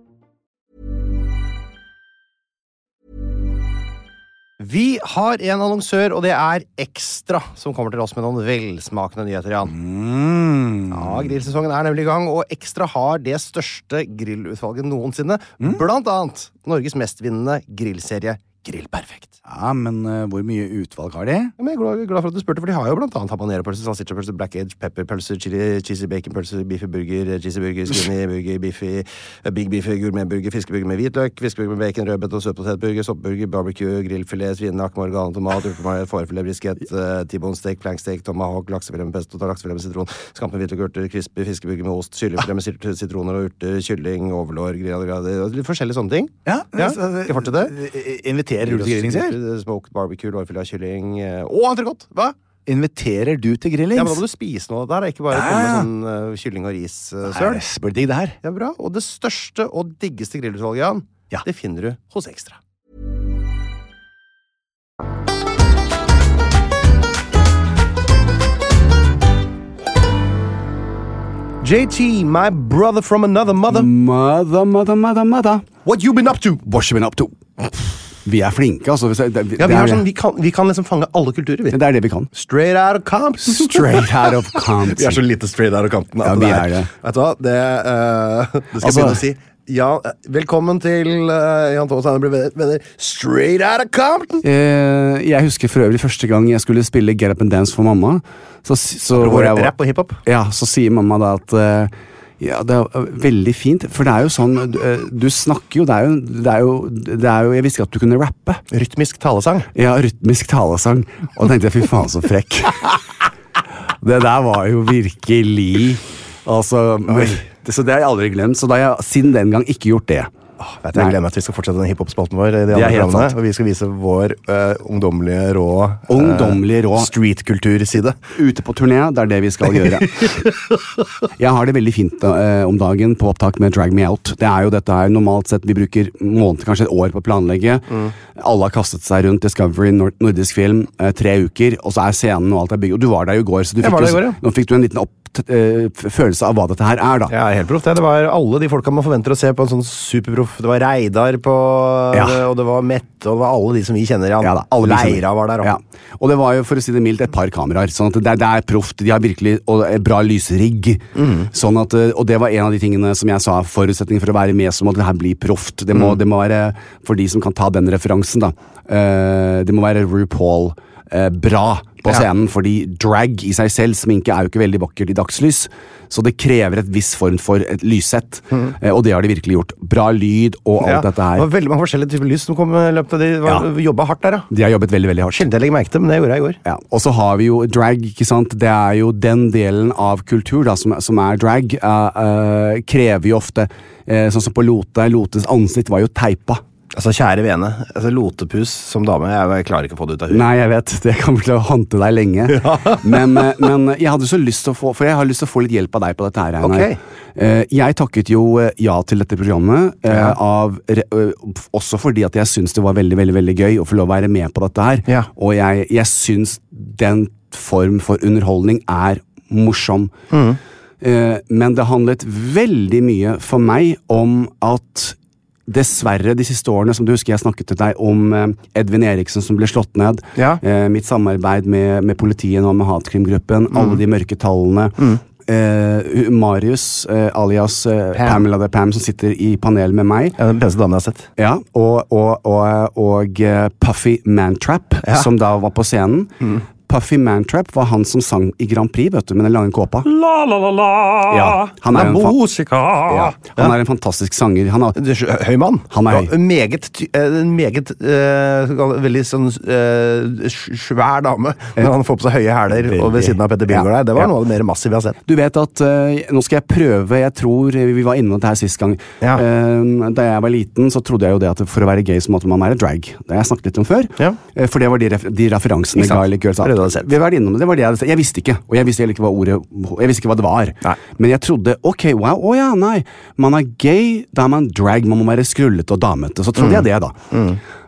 Speaker 1: Vi har en
Speaker 2: Mm.
Speaker 1: annonsør, og det er Ekstra, som kommer til oss med noen velsmakende nyheter, Jan. Ja, Ja, grillsesongen er nemlig i gang, og Ekstra har det største grillutvalget noensinne. Blant annet Norges mestvinnende grillserie Grill Perfekt.
Speaker 2: Ja, men eh, hvor mye utvalg har de?
Speaker 1: Ja, men jeg er glad, glad for at du spurte, for de har jo blant annet habaneropølser, salsichapølser, black edge, pepperpølser, chili, cheesy baconpølser, beefy burger, cheesy burger, skinny burger, beefy, eh, big beefy, gourmetburger, fiskeburger med hvitløk, fiskeburger med bacon, rødbet og søtpotetburger, soppburger, barbecue, grillfilet, svineakk, morgan, tomat, urtemarmelade, fårefilet, brisket, uh, tibon steak, planksteak, tomahawk, laksefilet med pesto, laksefilet med sitron, skamp med hvitløk, urter, crispy, fiskeburger med ost, kyllingfilet med sit- sitroner og urter, kylling, overlår, grillade, grillade, litt forskjellige sånne ting.
Speaker 2: altså,
Speaker 1: Skal jeg fortsette?
Speaker 2: eh, Inviterer du til grilling, sier jeg?
Speaker 1: Smoked barbecue, lårfilet av kylling eh, Og entrecôte! Hva?
Speaker 2: Inviterer du til grillings?
Speaker 1: Ja, men Da må du spise noe av det der, ikke bare
Speaker 2: Ja,
Speaker 1: komme
Speaker 2: ja, ja.
Speaker 1: med sånn eh, kylling og
Speaker 2: Ah. Nei,
Speaker 1: ris-søl.
Speaker 2: det blir digg, det her.
Speaker 1: det er bra. Og det største og diggeste grillutvalget, Jan,
Speaker 2: Ja.
Speaker 1: det finner du hos Ekstra. JT, my brother from another mother,
Speaker 2: Mm. Mother, mother, mother, mother.
Speaker 1: what you been up to?
Speaker 2: What's she been up to? Vi er flinke, altså. Det, det, det,
Speaker 1: Ja, vi,
Speaker 2: er,
Speaker 1: har
Speaker 2: det.
Speaker 1: sånn, vi, kan, vi kan liksom fange alle kulturer, vi.
Speaker 2: det er det vi kan.
Speaker 1: Straight out of Compton.
Speaker 2: Straight out of Compton.
Speaker 1: Vi er så lite straight out of kanten. at
Speaker 2: Ja, vi
Speaker 1: det
Speaker 2: er det.
Speaker 1: Vet du hva, det, eh, det skal jeg
Speaker 2: Altså-
Speaker 1: begynne å si. Ja, eh, velkommen til eh, Jan Tove Steinar blir venner- venner. Straight out of Compton!
Speaker 2: Eh, jeg husker for øvrig første gang jeg skulle spille Get Up and Dance for mamma. Så, så, hvor jeg var-
Speaker 1: Rapp og hiphop.
Speaker 2: Ja, så sier mamma da at eh, ja, det er eh, veldig fint, for det er jo sånn Du, eh, du snakker jo det, er jo det er jo det er jo Jeg visste ikke at du kunne rappe.
Speaker 1: Rytmisk talesang.
Speaker 2: Ja, rytmisk talesang. Og da tenkte jeg fy faen, så frekk. Det der var jo virkelig Altså det, Så det har jeg aldri glemt. Så da har jeg siden den gang ikke gjort det.
Speaker 1: Vet du, jeg
Speaker 2: Nei.
Speaker 1: gleder meg til vi skal fortsette den hiphop-spalten vår. i De
Speaker 2: Det
Speaker 1: andre
Speaker 2: er helt
Speaker 1: programmene,
Speaker 2: sant.
Speaker 1: og vi skal vise vår eh, ungdommelige, rå eh,
Speaker 2: Ungdommelig rå.
Speaker 1: streetkulturside.
Speaker 2: Ute på turné, det er det vi skal gjøre. Jeg har det veldig fint eh, om dagen på opptak med Drag Me Out. Det er jo dette her, Normalt sett vi bruker måned, kanskje et år på å planlegge.
Speaker 1: Mm.
Speaker 2: Alle har kastet seg rundt Discovery, nor nordisk film, eh, tre uker, og så er scenen og alt er bygd. Og du var der jo i går, så du
Speaker 1: Jeg
Speaker 2: fikk
Speaker 1: var
Speaker 2: jo,
Speaker 1: der i går, ja.
Speaker 2: nå fikk du en liten opp, eh, f- følelse av hva dette her er, da.
Speaker 1: Ja, helt proff. Det Det var alle de folka man forventer å se på en sånn superproff. Det var Reidar på
Speaker 2: Ja.
Speaker 1: det, Og det var Mette, og det var alle de som vi kjenner. Jan.
Speaker 2: Ja da, alle de
Speaker 1: Leira
Speaker 2: som-
Speaker 1: var der òg.
Speaker 2: Ja. Og det var jo for å si det mildt et par kameraer. Sånn at det, er- det er proft. De har virkelig og det er bra lysrigg.
Speaker 1: Mm.
Speaker 2: Sånn at, eh, og det var en av de tingene som jeg sa forutsetningen for å være med, så må det her bli proft. Det,
Speaker 1: Mm.
Speaker 2: må- det må være for de som kan ta den referansen, da. eh, det må være RuPaul eh, bra på
Speaker 1: Ja.
Speaker 2: scenen, fordi drag i seg selv, sminke, er jo ikke veldig vakkert i dagslys. Så det krever et viss form for et lyssett, eh, og det har de virkelig gjort. Bra lyd og alt
Speaker 1: Mm. Ja, Det
Speaker 2: dette
Speaker 1: var
Speaker 2: her.
Speaker 1: veldig mange forskjellige typer lys som kom eh, i løpet av de var, jobba hardt der, ja.
Speaker 2: De har jobbet veldig, veldig hardt.
Speaker 1: Sjelden jeg legger merke til, men det gjorde jeg i går.
Speaker 2: Ja, og så har vi jo drag, ikke sant. Det er jo den delen av kultur da, som, som er drag. eh, eh, krever jo ofte eh, Sånn som på Lote. Lotes ansikt var jo teipa.
Speaker 1: Altså, kjære vene, altså, lotepus som dame, jeg, jeg klarer ikke å få det ut av huet.
Speaker 2: Nei, jeg vet. Det kommer til å hante deg lenge. men, eh, men jeg hadde så lyst til å få For jeg har lyst til å få litt hjelp av deg på dette her. Einar.
Speaker 1: Ok.
Speaker 2: Eh, jeg takket jo eh, ja til dette programmet, eh, av, re- ø, f- også fordi at jeg syns det var veldig veldig, veldig gøy å få lov å være med på dette her.
Speaker 1: Ja.
Speaker 2: Og jeg, jeg syns den form for underholdning er morsom.
Speaker 1: Mm.
Speaker 2: Eh, men det handlet veldig mye for meg om at Dessverre, de siste årene, som du husker jeg snakket til deg om eh, Edvin Eriksen som ble slått ned.
Speaker 1: Ja.
Speaker 2: Eh, mitt samarbeid med, med politiet nå, med hatkrimgruppen,
Speaker 1: Mm.
Speaker 2: alle de mørke tallene. Eh, Marius, eh, alias eh,
Speaker 1: Pam.
Speaker 2: Pamela de Pam, som sitter i panel med meg.
Speaker 1: Ja, den peneste damen jeg har sett.
Speaker 2: Ja, og, og, og, og eh, Puffy Mantrap, som da var på scenen.
Speaker 1: Mm.
Speaker 2: Puffy Mantrap var han som sang i Grand Prix vet du, med den lange kåpa. Ja, han er, jo en, fa ja, han er en fantastisk sanger. Han har,
Speaker 1: Du, Høy mann.
Speaker 2: Han er høy.
Speaker 1: Ja, en meget, ty- eh, en meget eh, skal vi kalle det, veldig sånn eh, sj- svær dame. Når han får på seg høye hæler og ved
Speaker 2: Veldig.
Speaker 1: siden av Petter Bingård
Speaker 2: Ja,
Speaker 1: der. Det var
Speaker 2: ja.
Speaker 1: noe av det mer massive jeg har sett.
Speaker 2: Du vet at eh, Nå skal jeg prøve. Jeg tror eh, Vi var innom dette her sist gang.
Speaker 1: Ja.
Speaker 2: Eh, da jeg var liten, så trodde jeg jo det at for å være gay, så måtte man være drag. Det har jeg snakket litt om før.
Speaker 1: Ja.
Speaker 2: Eh, for det var de, ref de referansene
Speaker 1: Ikke sant.
Speaker 2: Guy Girls
Speaker 1: Det er det du hadde sett.
Speaker 2: Vi har vært innom det. Det var det jeg hadde sett. Jeg visste ikke. Og jeg visste heller ikke hva ordet Jeg visste ikke hva det var.
Speaker 1: Nei.
Speaker 2: Men jeg trodde ok, wow, å ja, nei. Man er gay, da er man drag. Man må være skrullete og damete. Så trodde jeg det, da.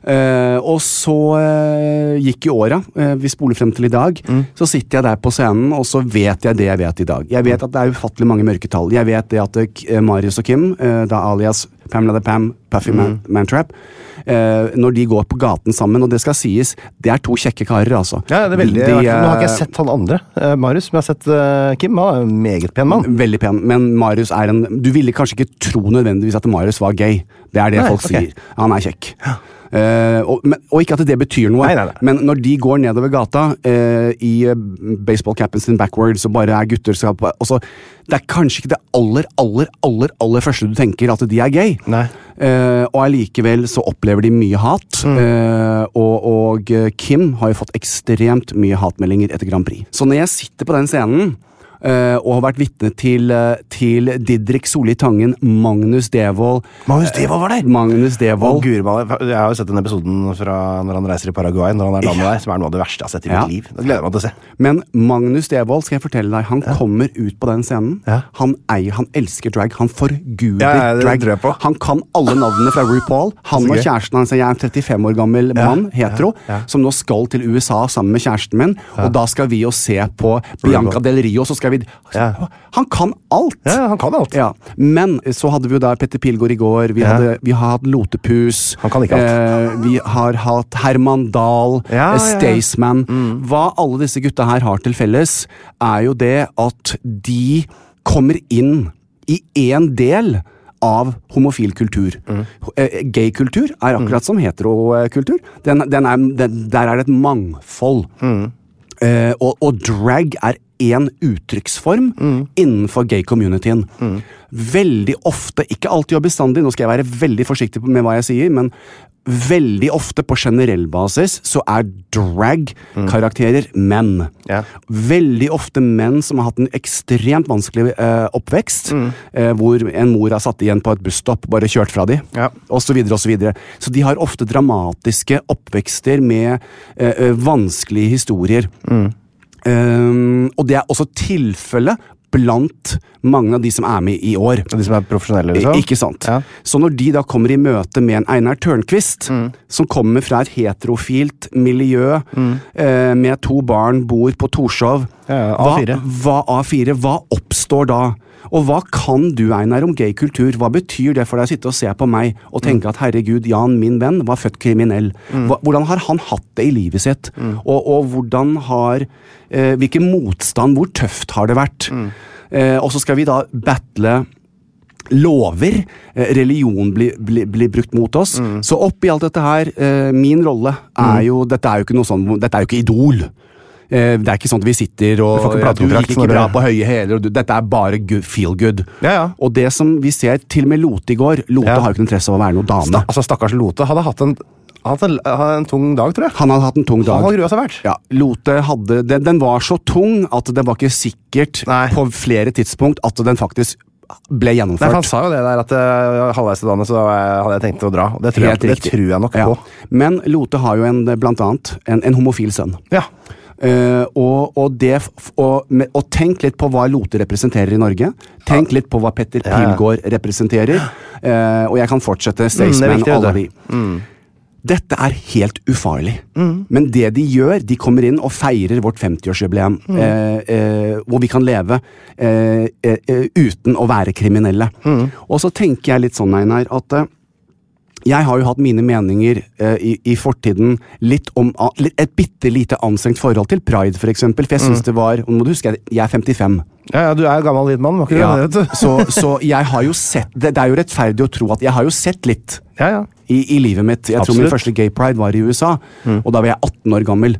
Speaker 2: Eh, og så eh, gikk jo åra. Eh, vi spoler frem til i dag. Så sitter jeg der på scenen, og så vet jeg det jeg vet i dag. Jeg vet at det er ufattelig mange mørketall. Jeg vet det at eh, K- eh, Marius og Kim, eh, da alias Pamela the Pam, Puffy Man, Mantrap, eh, når de går på gaten sammen, og det skal sies, det er to kjekke karer, altså.
Speaker 1: Ja, det er veldig,
Speaker 2: De-
Speaker 1: i hvert fall- Nå har ikke
Speaker 2: eh,
Speaker 1: jeg sett han andre, eh, Marius, men jeg har sett eh, Kim. Han er en meget pen mann.
Speaker 2: Veldig pen, men Marius er en Du ville kanskje ikke tro nødvendigvis at Marius var gay. Det er det
Speaker 1: Nei,
Speaker 2: folk
Speaker 1: ok.
Speaker 2: sier. Han er kjekk. Eh, og, men, og ikke at det betyr noe,
Speaker 1: Nei, nei, nei.
Speaker 2: men når de går nedover gata eh, i eh, baseballcapen sin backwards og bare er gutter så, og så, Det er kanskje ikke det aller, aller, aller aller første du tenker at de er gay.
Speaker 1: Nei.
Speaker 2: Eh, og allikevel så opplever de mye hat.
Speaker 1: Mm.
Speaker 2: Eh, og, og eh, Kim har jo fått ekstremt mye hatmeldinger etter Grand Prix. Så når jeg sitter på den scenen eh, og har vært vitne til, eh, til Didrik Solli Tangen, Magnus Devold
Speaker 1: Magnus Devold var der!
Speaker 2: Magnus
Speaker 1: Og
Speaker 2: Devold.
Speaker 1: Guri malla, jeg har jo sett den episoden fra når han reiser i Paraguay, når han er dame der, som er noe av det verste jeg har sett i
Speaker 2: Ja.
Speaker 1: mitt liv. Det gleder jeg meg til å se.
Speaker 2: Men Magnus Devold skal jeg fortelle deg, han kommer ut på den scenen.
Speaker 1: Ja.
Speaker 2: Han eier, han elsker drag. Han forguder
Speaker 1: Ja, ja, det
Speaker 2: drag.
Speaker 1: tror jeg på.
Speaker 2: Han kan alle navnene fra RuPaul. Han
Speaker 1: Så
Speaker 2: og
Speaker 1: gøy.
Speaker 2: kjæresten hans Jeg er en 35 år gammel mann, hetero,
Speaker 1: ja.
Speaker 2: som nå skal til USA sammen med kjæresten min. Og da skal vi jo se på Bianca Del Rio, så skal vi
Speaker 1: Ja.
Speaker 2: Han kan alt!
Speaker 1: Ja, han kan alt.
Speaker 2: Ja. Men så hadde vi jo da Petter Pilgaard i går. Vi,
Speaker 1: Ja.
Speaker 2: hadde, vi har hatt Lotepus.
Speaker 1: Han kan ikke alt.
Speaker 2: Eh, vi har hatt Herman Dahl,
Speaker 1: Ja, Mm.
Speaker 2: eh,
Speaker 1: ja, ja.
Speaker 2: Staysman. Hva alle disse gutta her har til felles, er jo det at de kommer inn i én del av homofil kultur.
Speaker 1: Mm.
Speaker 2: Eh, Gay-kultur er akkurat som heterokultur. Den, den er, den, der er det et mangfold.
Speaker 1: Mm.
Speaker 2: Eh, og, og drag er én uttrykksform innenfor gay-communityen. Veldig ofte, ikke alltid og bestandig, nå skal jeg være veldig forsiktig på- med hva jeg sier, men veldig ofte på generell basis så er drag-karakterer menn.
Speaker 1: Ja.
Speaker 2: Veldig ofte menn som har hatt en ekstremt vanskelig eh, oppvekst, eh, hvor en mor har satt igjen på et busstopp, bare kjørt fra de,
Speaker 1: Ja.
Speaker 2: og Så, videre, og så, videre. så de har ofte dramatiske oppvekster med eh, eh, vanskelige historier. Um, og det er også tilfellet blant mange av de som er med i år.
Speaker 1: Og de som er profesjonelle,
Speaker 2: I-
Speaker 1: liksom.
Speaker 2: Ikke sant?
Speaker 1: Ja.
Speaker 2: Så når de da kommer i møte med en Einar Tørnquist,
Speaker 1: Mm.
Speaker 2: som kommer fra et heterofilt miljø, eh, med to barn, bor på Torshov
Speaker 1: Mm. Ja, A4.
Speaker 2: Hva, hva A4, hva oppstår da? Og hva kan du, Einar, om gay kultur? Hva betyr det for deg å sitte og se på meg og
Speaker 1: Mm.
Speaker 2: tenke at herregud, Jan, min venn, var født kriminell? Hva, hvordan har han hatt det i livet sitt?
Speaker 1: Mm.
Speaker 2: Og, og hvordan har eh, Hvilken motstand, hvor tøft har det vært?
Speaker 1: Mm.
Speaker 2: Eh, og så skal vi da battle lover. eh, Religion blir blir- blir brukt mot oss.
Speaker 1: Mm.
Speaker 2: Så oppi alt dette her, eh, min rolle er jo Dette er jo ikke noe sånn Dette er jo ikke Idol. Eh, Det er ikke sånn at vi sitter
Speaker 1: Du får
Speaker 2: og
Speaker 1: ikke
Speaker 2: ja, Du
Speaker 1: platekontrakt
Speaker 2: gikk ikke
Speaker 1: når du-
Speaker 2: bra på høye hæler. og du- Dette er bare gu- feel good.
Speaker 1: Ja, ja.
Speaker 2: Og det som vi ser, til og med Lote i går Lote
Speaker 1: Ja.
Speaker 2: har jo ikke noen interesse av å være noen
Speaker 1: Sta-
Speaker 2: dame.
Speaker 1: altså, stakkars Lote hadde hatt en, hatt en, hatt en tung dag, tror jeg.
Speaker 2: Han hadde hatt en tung dag.
Speaker 1: Han hadde grua seg fælt.
Speaker 2: Ja, Lote hadde, den, den var så tung at det var ikke sikkert
Speaker 1: Nei.
Speaker 2: på flere tidspunkt at den faktisk ble
Speaker 1: Nei, for
Speaker 2: gjennomført.
Speaker 1: han sa jo det der at uh, halvveis til dagen så var jeg- hadde jeg tenkt å dra. Og det tror, jeg,
Speaker 2: Helt
Speaker 1: det
Speaker 2: riktig.
Speaker 1: tror jeg nok
Speaker 2: Ja.
Speaker 1: på.
Speaker 2: Men Lote har jo en, eh, blant annet en, en homofil sønn.
Speaker 1: Ja.
Speaker 2: Eh, og, og, det, f- og, med- og tenk litt på hva Lote representerer i Norge. Tenk litt på hva Petter
Speaker 1: Ja, ja.
Speaker 2: Pilgaard representerer. Eh, og jeg kan fortsette.
Speaker 1: Mm, det er
Speaker 2: Staysman,
Speaker 1: viktig,
Speaker 2: alle de.
Speaker 1: vet du. Mm.
Speaker 2: Dette er helt ufarlig. Men det de gjør, de kommer inn og feirer vårt 50-årsjubileum.
Speaker 1: Mm.
Speaker 2: Eh, eh, hvor vi kan leve eh, eh, eh, uten å være kriminelle.
Speaker 1: Mm.
Speaker 2: Og så tenker jeg litt sånn, Einar, at eh, jeg har jo hatt mine meninger eh, i, i fortiden litt om a- li- et bitte lite anstrengt forhold til pride, for eksempel. For jeg
Speaker 1: Mm.
Speaker 2: syns det var og Nå må du huske, jeg er 55.
Speaker 1: Ja, ja, du er jo gammel hvit mann, var ikke
Speaker 2: Ja,
Speaker 1: du det? vet du?
Speaker 2: så, så jeg har jo sett det, det er jo rettferdig å tro at jeg har jo sett litt
Speaker 1: Ja, ja.
Speaker 2: i, i livet mitt. Jeg tror min
Speaker 1: Absolutt. Mm.
Speaker 2: første gay pride var i USA, og da var jeg 18 år gammel.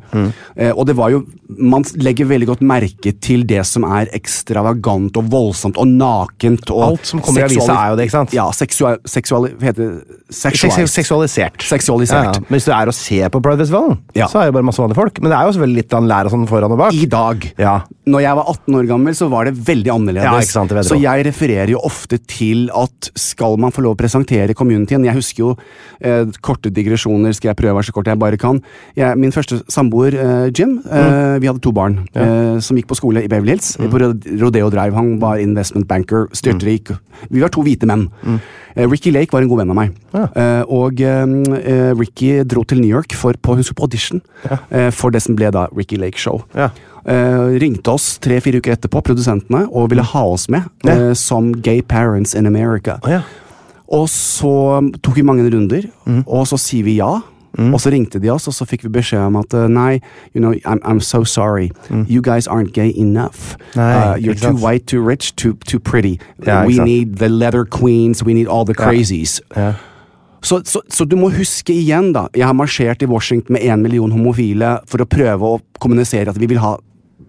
Speaker 2: Eh, og det var jo Man legger veldig godt merke til det som er ekstravagant og voldsomt og nakent. Og
Speaker 1: Alt som kommer i avisa
Speaker 2: seksuali-
Speaker 1: er jo det, ikke sant?
Speaker 2: Ja, seksual... seksual hva heter det?
Speaker 1: Seksu-
Speaker 2: Sexualized.
Speaker 1: Seksualisert.
Speaker 2: Seksualisert.
Speaker 1: Ja, ja. Men hvis du er og ser på Pride-festivalen,
Speaker 2: Ja.
Speaker 1: så er det bare masse vanlige folk. Men det er jo selvfølgelig litt av en lær og sånn foran og bak.
Speaker 2: I dag.
Speaker 1: Ja.
Speaker 2: Når jeg var 18 år gammel, så var det veldig annerledes.
Speaker 1: Ja, ikke sant, det vet du
Speaker 2: så
Speaker 1: også.
Speaker 2: jeg refererer jo ofte til at skal man få lov å presentere communityen Jeg husker jo eh, korte digresjoner, skal jeg prøve å være så kort jeg bare kan. Jeg, min første samboer, eh, Jim,
Speaker 1: Mm.
Speaker 2: eh, vi hadde to barn eh, som gikk på skole i Beverly Hills. eh, På Rod- Rodeo Drive. Han var investment banker,
Speaker 1: Mm.
Speaker 2: styrtrik. Vi var to hvite menn. Eh, Ricky Lake var en god venn av meg. Eh, og eh, eh, Ricky dro til New York for, på, hun skulle på audition eh, for det som ble da Ricky Lake Show.
Speaker 1: Ja.
Speaker 2: Eh, ringte oss tre-fire uker etterpå, produsentene, og ville ha oss med
Speaker 1: Ja.
Speaker 2: eh, som Gay Parents in America.
Speaker 1: Å, ja.
Speaker 2: Og så tok vi mange runder,
Speaker 1: Mm.
Speaker 2: og så sier vi ja. Og så ringte de oss, og så fikk vi beskjed om at eh, nei, you know, I'm, I'm so sorry. You guys aren't gay enough.
Speaker 1: Mm. Nei,
Speaker 2: Uh, you're
Speaker 1: ikke
Speaker 2: too
Speaker 1: sant.
Speaker 2: white, too rich, too, too pretty.
Speaker 1: Ja, ikke
Speaker 2: we
Speaker 1: sant.
Speaker 2: need the leather queens, we need all the crazies. Så, så, så du må huske igjen, da. Jeg har marsjert i Washington med én million homofile for å prøve å kommunisere at vi vil ha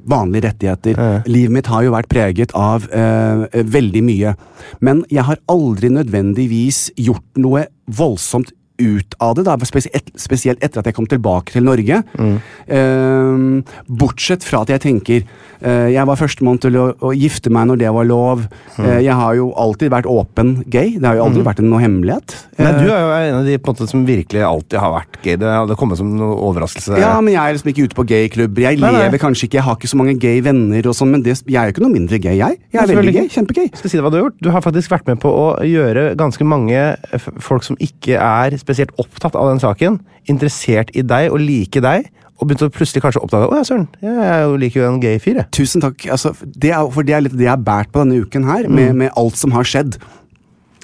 Speaker 2: vanlige rettigheter. Livet mitt har jo vært preget av eh, veldig mye. Men jeg har aldri nødvendigvis gjort noe voldsomt ut av det, da, spesielt, spesielt etter at jeg kom tilbake til Norge.
Speaker 1: Mm.
Speaker 2: Eh, bortsett fra at jeg tenker eh, Jeg var førstemann til å, å gifte meg når det var lov.
Speaker 1: Mm.
Speaker 2: Eh, jeg har jo alltid vært åpen gay. Det har jo aldri vært noe hemmelighet.
Speaker 1: Nei, du er jo en av de på en måte, som virkelig alltid har vært gay. Det hadde kommet som noe overraskelse.
Speaker 2: Ja, men jeg er liksom ikke ute på gayklubber. Jeg
Speaker 1: Nei, nei.
Speaker 2: lever kanskje ikke, jeg har ikke så mange gay venner og sånn, men det, jeg er jo ikke noe mindre gay, jeg. Jeg
Speaker 1: Nei,
Speaker 2: er veldig
Speaker 1: selvfølgelig
Speaker 2: gay. Kjempegay.
Speaker 1: Jeg skal si deg hva du har gjort. Du har faktisk vært med på å gjøre ganske mange eh, f- folk som ikke er spesielt opptatt av den saken, interessert i deg og like deg, og begynte å plutselig kanskje oppdage Å ja, søren, jeg er jo liker jo en gay fyr, jeg.
Speaker 2: Tusen takk. Altså, det er, for det er litt det jeg har båret på denne uken her,
Speaker 1: Mm.
Speaker 2: med, med alt som har skjedd.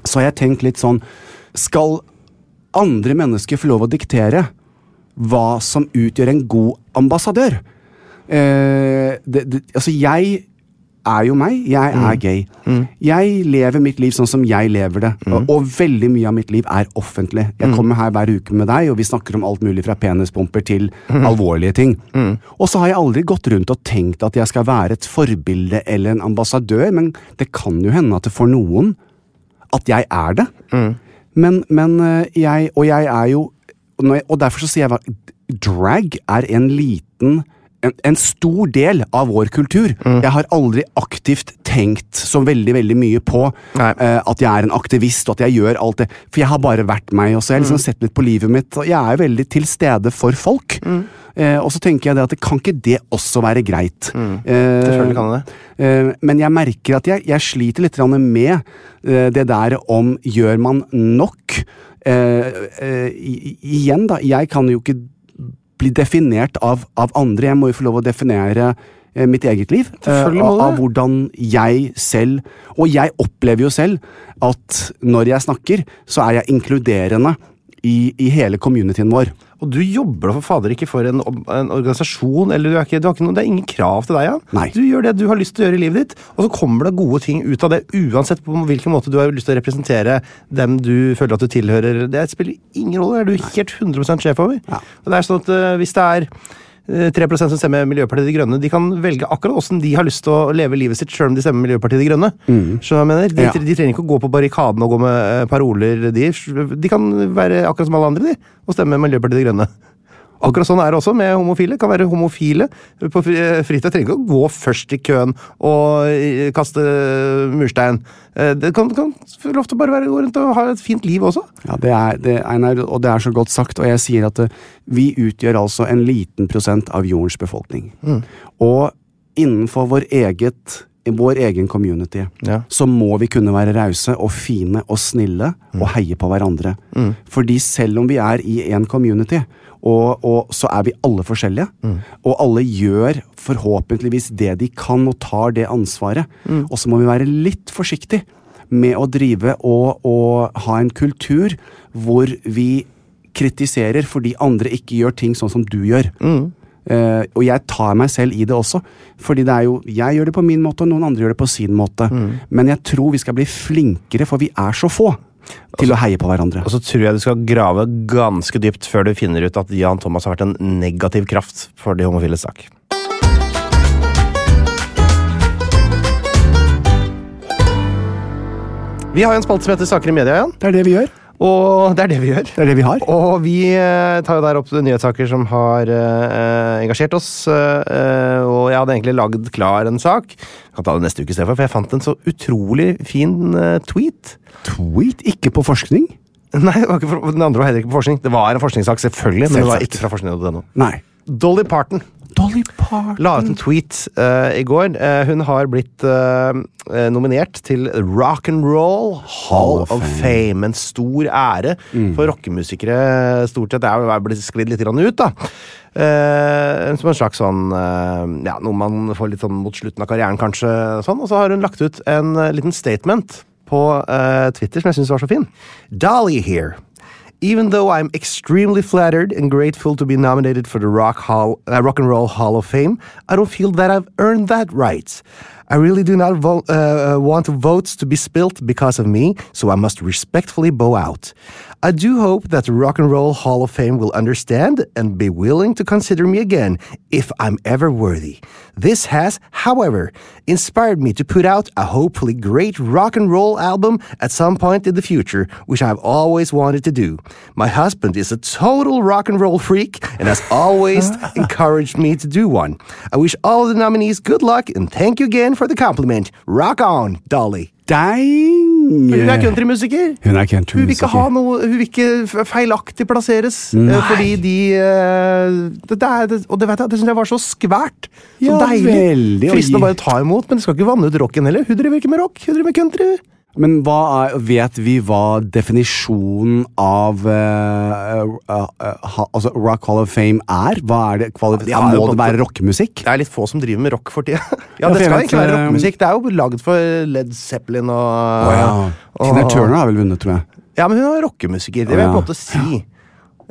Speaker 2: Så har jeg tenkt litt sånn Skal andre mennesker få lov å diktere hva som utgjør en god ambassadør? Eh, det, det, altså, jeg er jo meg. Jeg er gay. Jeg lever mitt liv sånn som jeg lever det. Og, og veldig mye av mitt liv er offentlig. Jeg kommer her hver uke med deg, og vi snakker om alt mulig fra penispumper til alvorlige ting. Og så har jeg aldri gått rundt og tenkt at jeg skal være et forbilde eller en ambassadør, men det kan jo hende at det for noen at jeg er det.
Speaker 1: Mm.
Speaker 2: Men, men eh, jeg Og jeg er jo og når jeg, Og derfor så sier jeg hva Drag er en liten en, en stor del av vår kultur.
Speaker 1: Mm.
Speaker 2: Jeg har aldri aktivt tenkt så veldig veldig mye på
Speaker 1: Nei.
Speaker 2: eh, at jeg er en aktivist og at jeg gjør alt det. For jeg har bare vært meg, og så har jeg liksom
Speaker 1: Mm.
Speaker 2: sett litt på livet mitt. Og jeg er jo veldig til stede for folk.
Speaker 1: Mm.
Speaker 2: Eh, og så tenker jeg det at det kan ikke det også være greit. Eh,
Speaker 1: Selvfølgelig kan Mm. det det.
Speaker 2: Eh, Men jeg merker at jeg, jeg sliter litt grann med eh, det der om gjør man nok? Eh, eh, i- i- Igjen, da. Jeg kan jo ikke bli definert av, av andre. Jeg må jo få lov å definere eh, mitt eget liv. eh,
Speaker 1: Selvfølgelig må
Speaker 2: av,
Speaker 1: du
Speaker 2: av
Speaker 1: det.
Speaker 2: hvordan jeg selv Og jeg opplever jo selv at når jeg snakker, så er jeg inkluderende i, i hele communityen vår.
Speaker 1: Og du jobber da for fader ikke for en, ob- en organisasjon, eller du er ikke, du har ikke noe, det er ingen krav til deg, Jan.
Speaker 2: Nei.
Speaker 1: Du gjør det du har lyst til å gjøre i livet ditt, og så kommer det gode ting ut av det, uansett på hvilken måte du har lyst til å representere dem du føler at du tilhører. Det spiller ingen rolle, det er du helt 100 sjef over.
Speaker 2: Ja.
Speaker 1: Og det er sånn at eh, hvis det er eh, 3 som stemmer Miljøpartiet De Grønne, de kan velge akkurat åssen de har lyst til å leve livet sitt, sjøl om de stemmer Miljøpartiet De Grønne. Skjønner du hva jeg mener? De,
Speaker 2: Ja.
Speaker 1: de trenger ikke å gå på barrikaden og gå med eh, paroler, de. De kan være akkurat som alle andre, de, og stemme Miljøpartiet De Grønne. Akkurat sånn er det også med homofile. Kan være homofile på fri- eh, fritid. Trenger ikke å gå først i køen og eh, kaste murstein. Eh, Det kan, kan få lov til å bare være, gå rundt og ha et fint liv også.
Speaker 2: Ja, det er, det, Einar, og det er så godt sagt, og jeg sier at eh, vi utgjør altså en liten prosent av jordens befolkning. Og innenfor vår, eget, vår egen community
Speaker 1: Ja.
Speaker 2: så må vi kunne være rause og fine og snille og heie på hverandre. Fordi selv om vi er i en community, og, og så er vi alle forskjellige. Og alle gjør forhåpentligvis det de kan og tar det ansvaret. Og så må vi være litt forsiktige med å drive og, og ha en kultur hvor vi kritiserer fordi andre ikke gjør ting sånn som du gjør. Eh, og jeg tar meg selv i det også. Fordi det er jo, jeg gjør det på min måte, og noen andre gjør det på sin måte.
Speaker 1: Mm.
Speaker 2: Men jeg tror vi skal bli flinkere, for vi er så få,
Speaker 1: Altså-
Speaker 2: til å heie på hverandre.
Speaker 1: Og så tror jeg du skal grave ganske dypt før du finner ut at Jan Thomas har vært en negativ kraft for de homofiles sak. Vi har jo en spalte som heter Saker i media, Jan.
Speaker 2: Det er det vi gjør.
Speaker 1: Og det er det vi gjør.
Speaker 2: Det er det vi har.
Speaker 1: Og vi eh, tar jo der opp nyhetssaker som har eh, engasjert oss. eh, og jeg hadde egentlig lagd klar en sak. Jeg kan ta det neste uke, Stefan, for jeg fant en så utrolig fin eh, tweet.
Speaker 2: Tweet ikke på forskning.
Speaker 1: Nei, det var ikke for, den andre var heller ikke på forskning. Det var en forskningssak, selvfølgelig, men det var
Speaker 2: Selvsagt.
Speaker 1: ikke fra forskning.no.
Speaker 2: Nei.
Speaker 1: Dolly Parton
Speaker 2: Dolly Parton.
Speaker 1: la ut en tweet eh, i går. Eh, hun har blitt eh, eh, nominert til Rock and Roll Hall of Fame. Mm. En stor ære for rockemusikere stort sett. Det er jo blitt sklidd litt grann ut, da. Eh, som en slags sånn eh, ja, Noe man får litt sånn mot slutten av karrieren, kanskje. Sånn. Og så har hun lagt ut en eh, liten statement. på eh, Twitter som jeg syns var så fin. Dolly here. Even though I'm extremely flattered and grateful to be nominated for the Rock, Hall, uh, Rock and Roll Hall of Fame, I don't feel that I've earned that right. I really do not vo- uh, uh, want votes to be spilt because of me, so I must respectfully bow out. I do hope that the Rock and Roll Hall of Fame will understand and be willing to consider me again if I'm ever worthy. This has, however, inspired me to put out a hopefully great rock and roll album at some point in the future, which I've always wanted to do. My husband is a total rock and roll freak and has always encouraged me to do one. I wish all the nominees good luck and thank you again for the compliment. Rock on, Dolly.
Speaker 2: Dang!
Speaker 1: Hun er countrymusiker.
Speaker 2: Hun er
Speaker 1: Hun vil ikke ha
Speaker 2: countrymusiker.
Speaker 1: noe Hun vil ikke feilaktig plasseres. eh, Fordi de eh, det, det er, det, Og det, vet jeg, det syns jeg var så skvært. Så
Speaker 2: Ja,
Speaker 1: deilig.
Speaker 2: veldig, og
Speaker 1: Fristende å
Speaker 2: gi-
Speaker 1: bare ta imot, men det skal ikke vanne ut rocken heller. Hun driver ikke med rock, hun driver med country.
Speaker 2: Men hva er, vet vi hva definisjonen av eh, eh, eh, ha, altså Rock Hall of Fame er? Hva er det kvalif
Speaker 1: Ja, de har jo
Speaker 2: Må det
Speaker 1: både-
Speaker 2: være rockemusikk?
Speaker 1: Det er litt få som driver med rock for tida.
Speaker 2: Ja,
Speaker 1: ja,
Speaker 2: for
Speaker 1: det
Speaker 2: jeg
Speaker 1: skal
Speaker 2: vet,
Speaker 1: ikke være
Speaker 2: eh,
Speaker 1: rockemusikk. Det er jo lagd for Led Zeppelin og
Speaker 2: Å ja. Tina Turner har vel vunnet, tror jeg.
Speaker 1: Ja, men hun er rockemusiker. Det vil jeg på en
Speaker 2: Ja.
Speaker 1: måte si.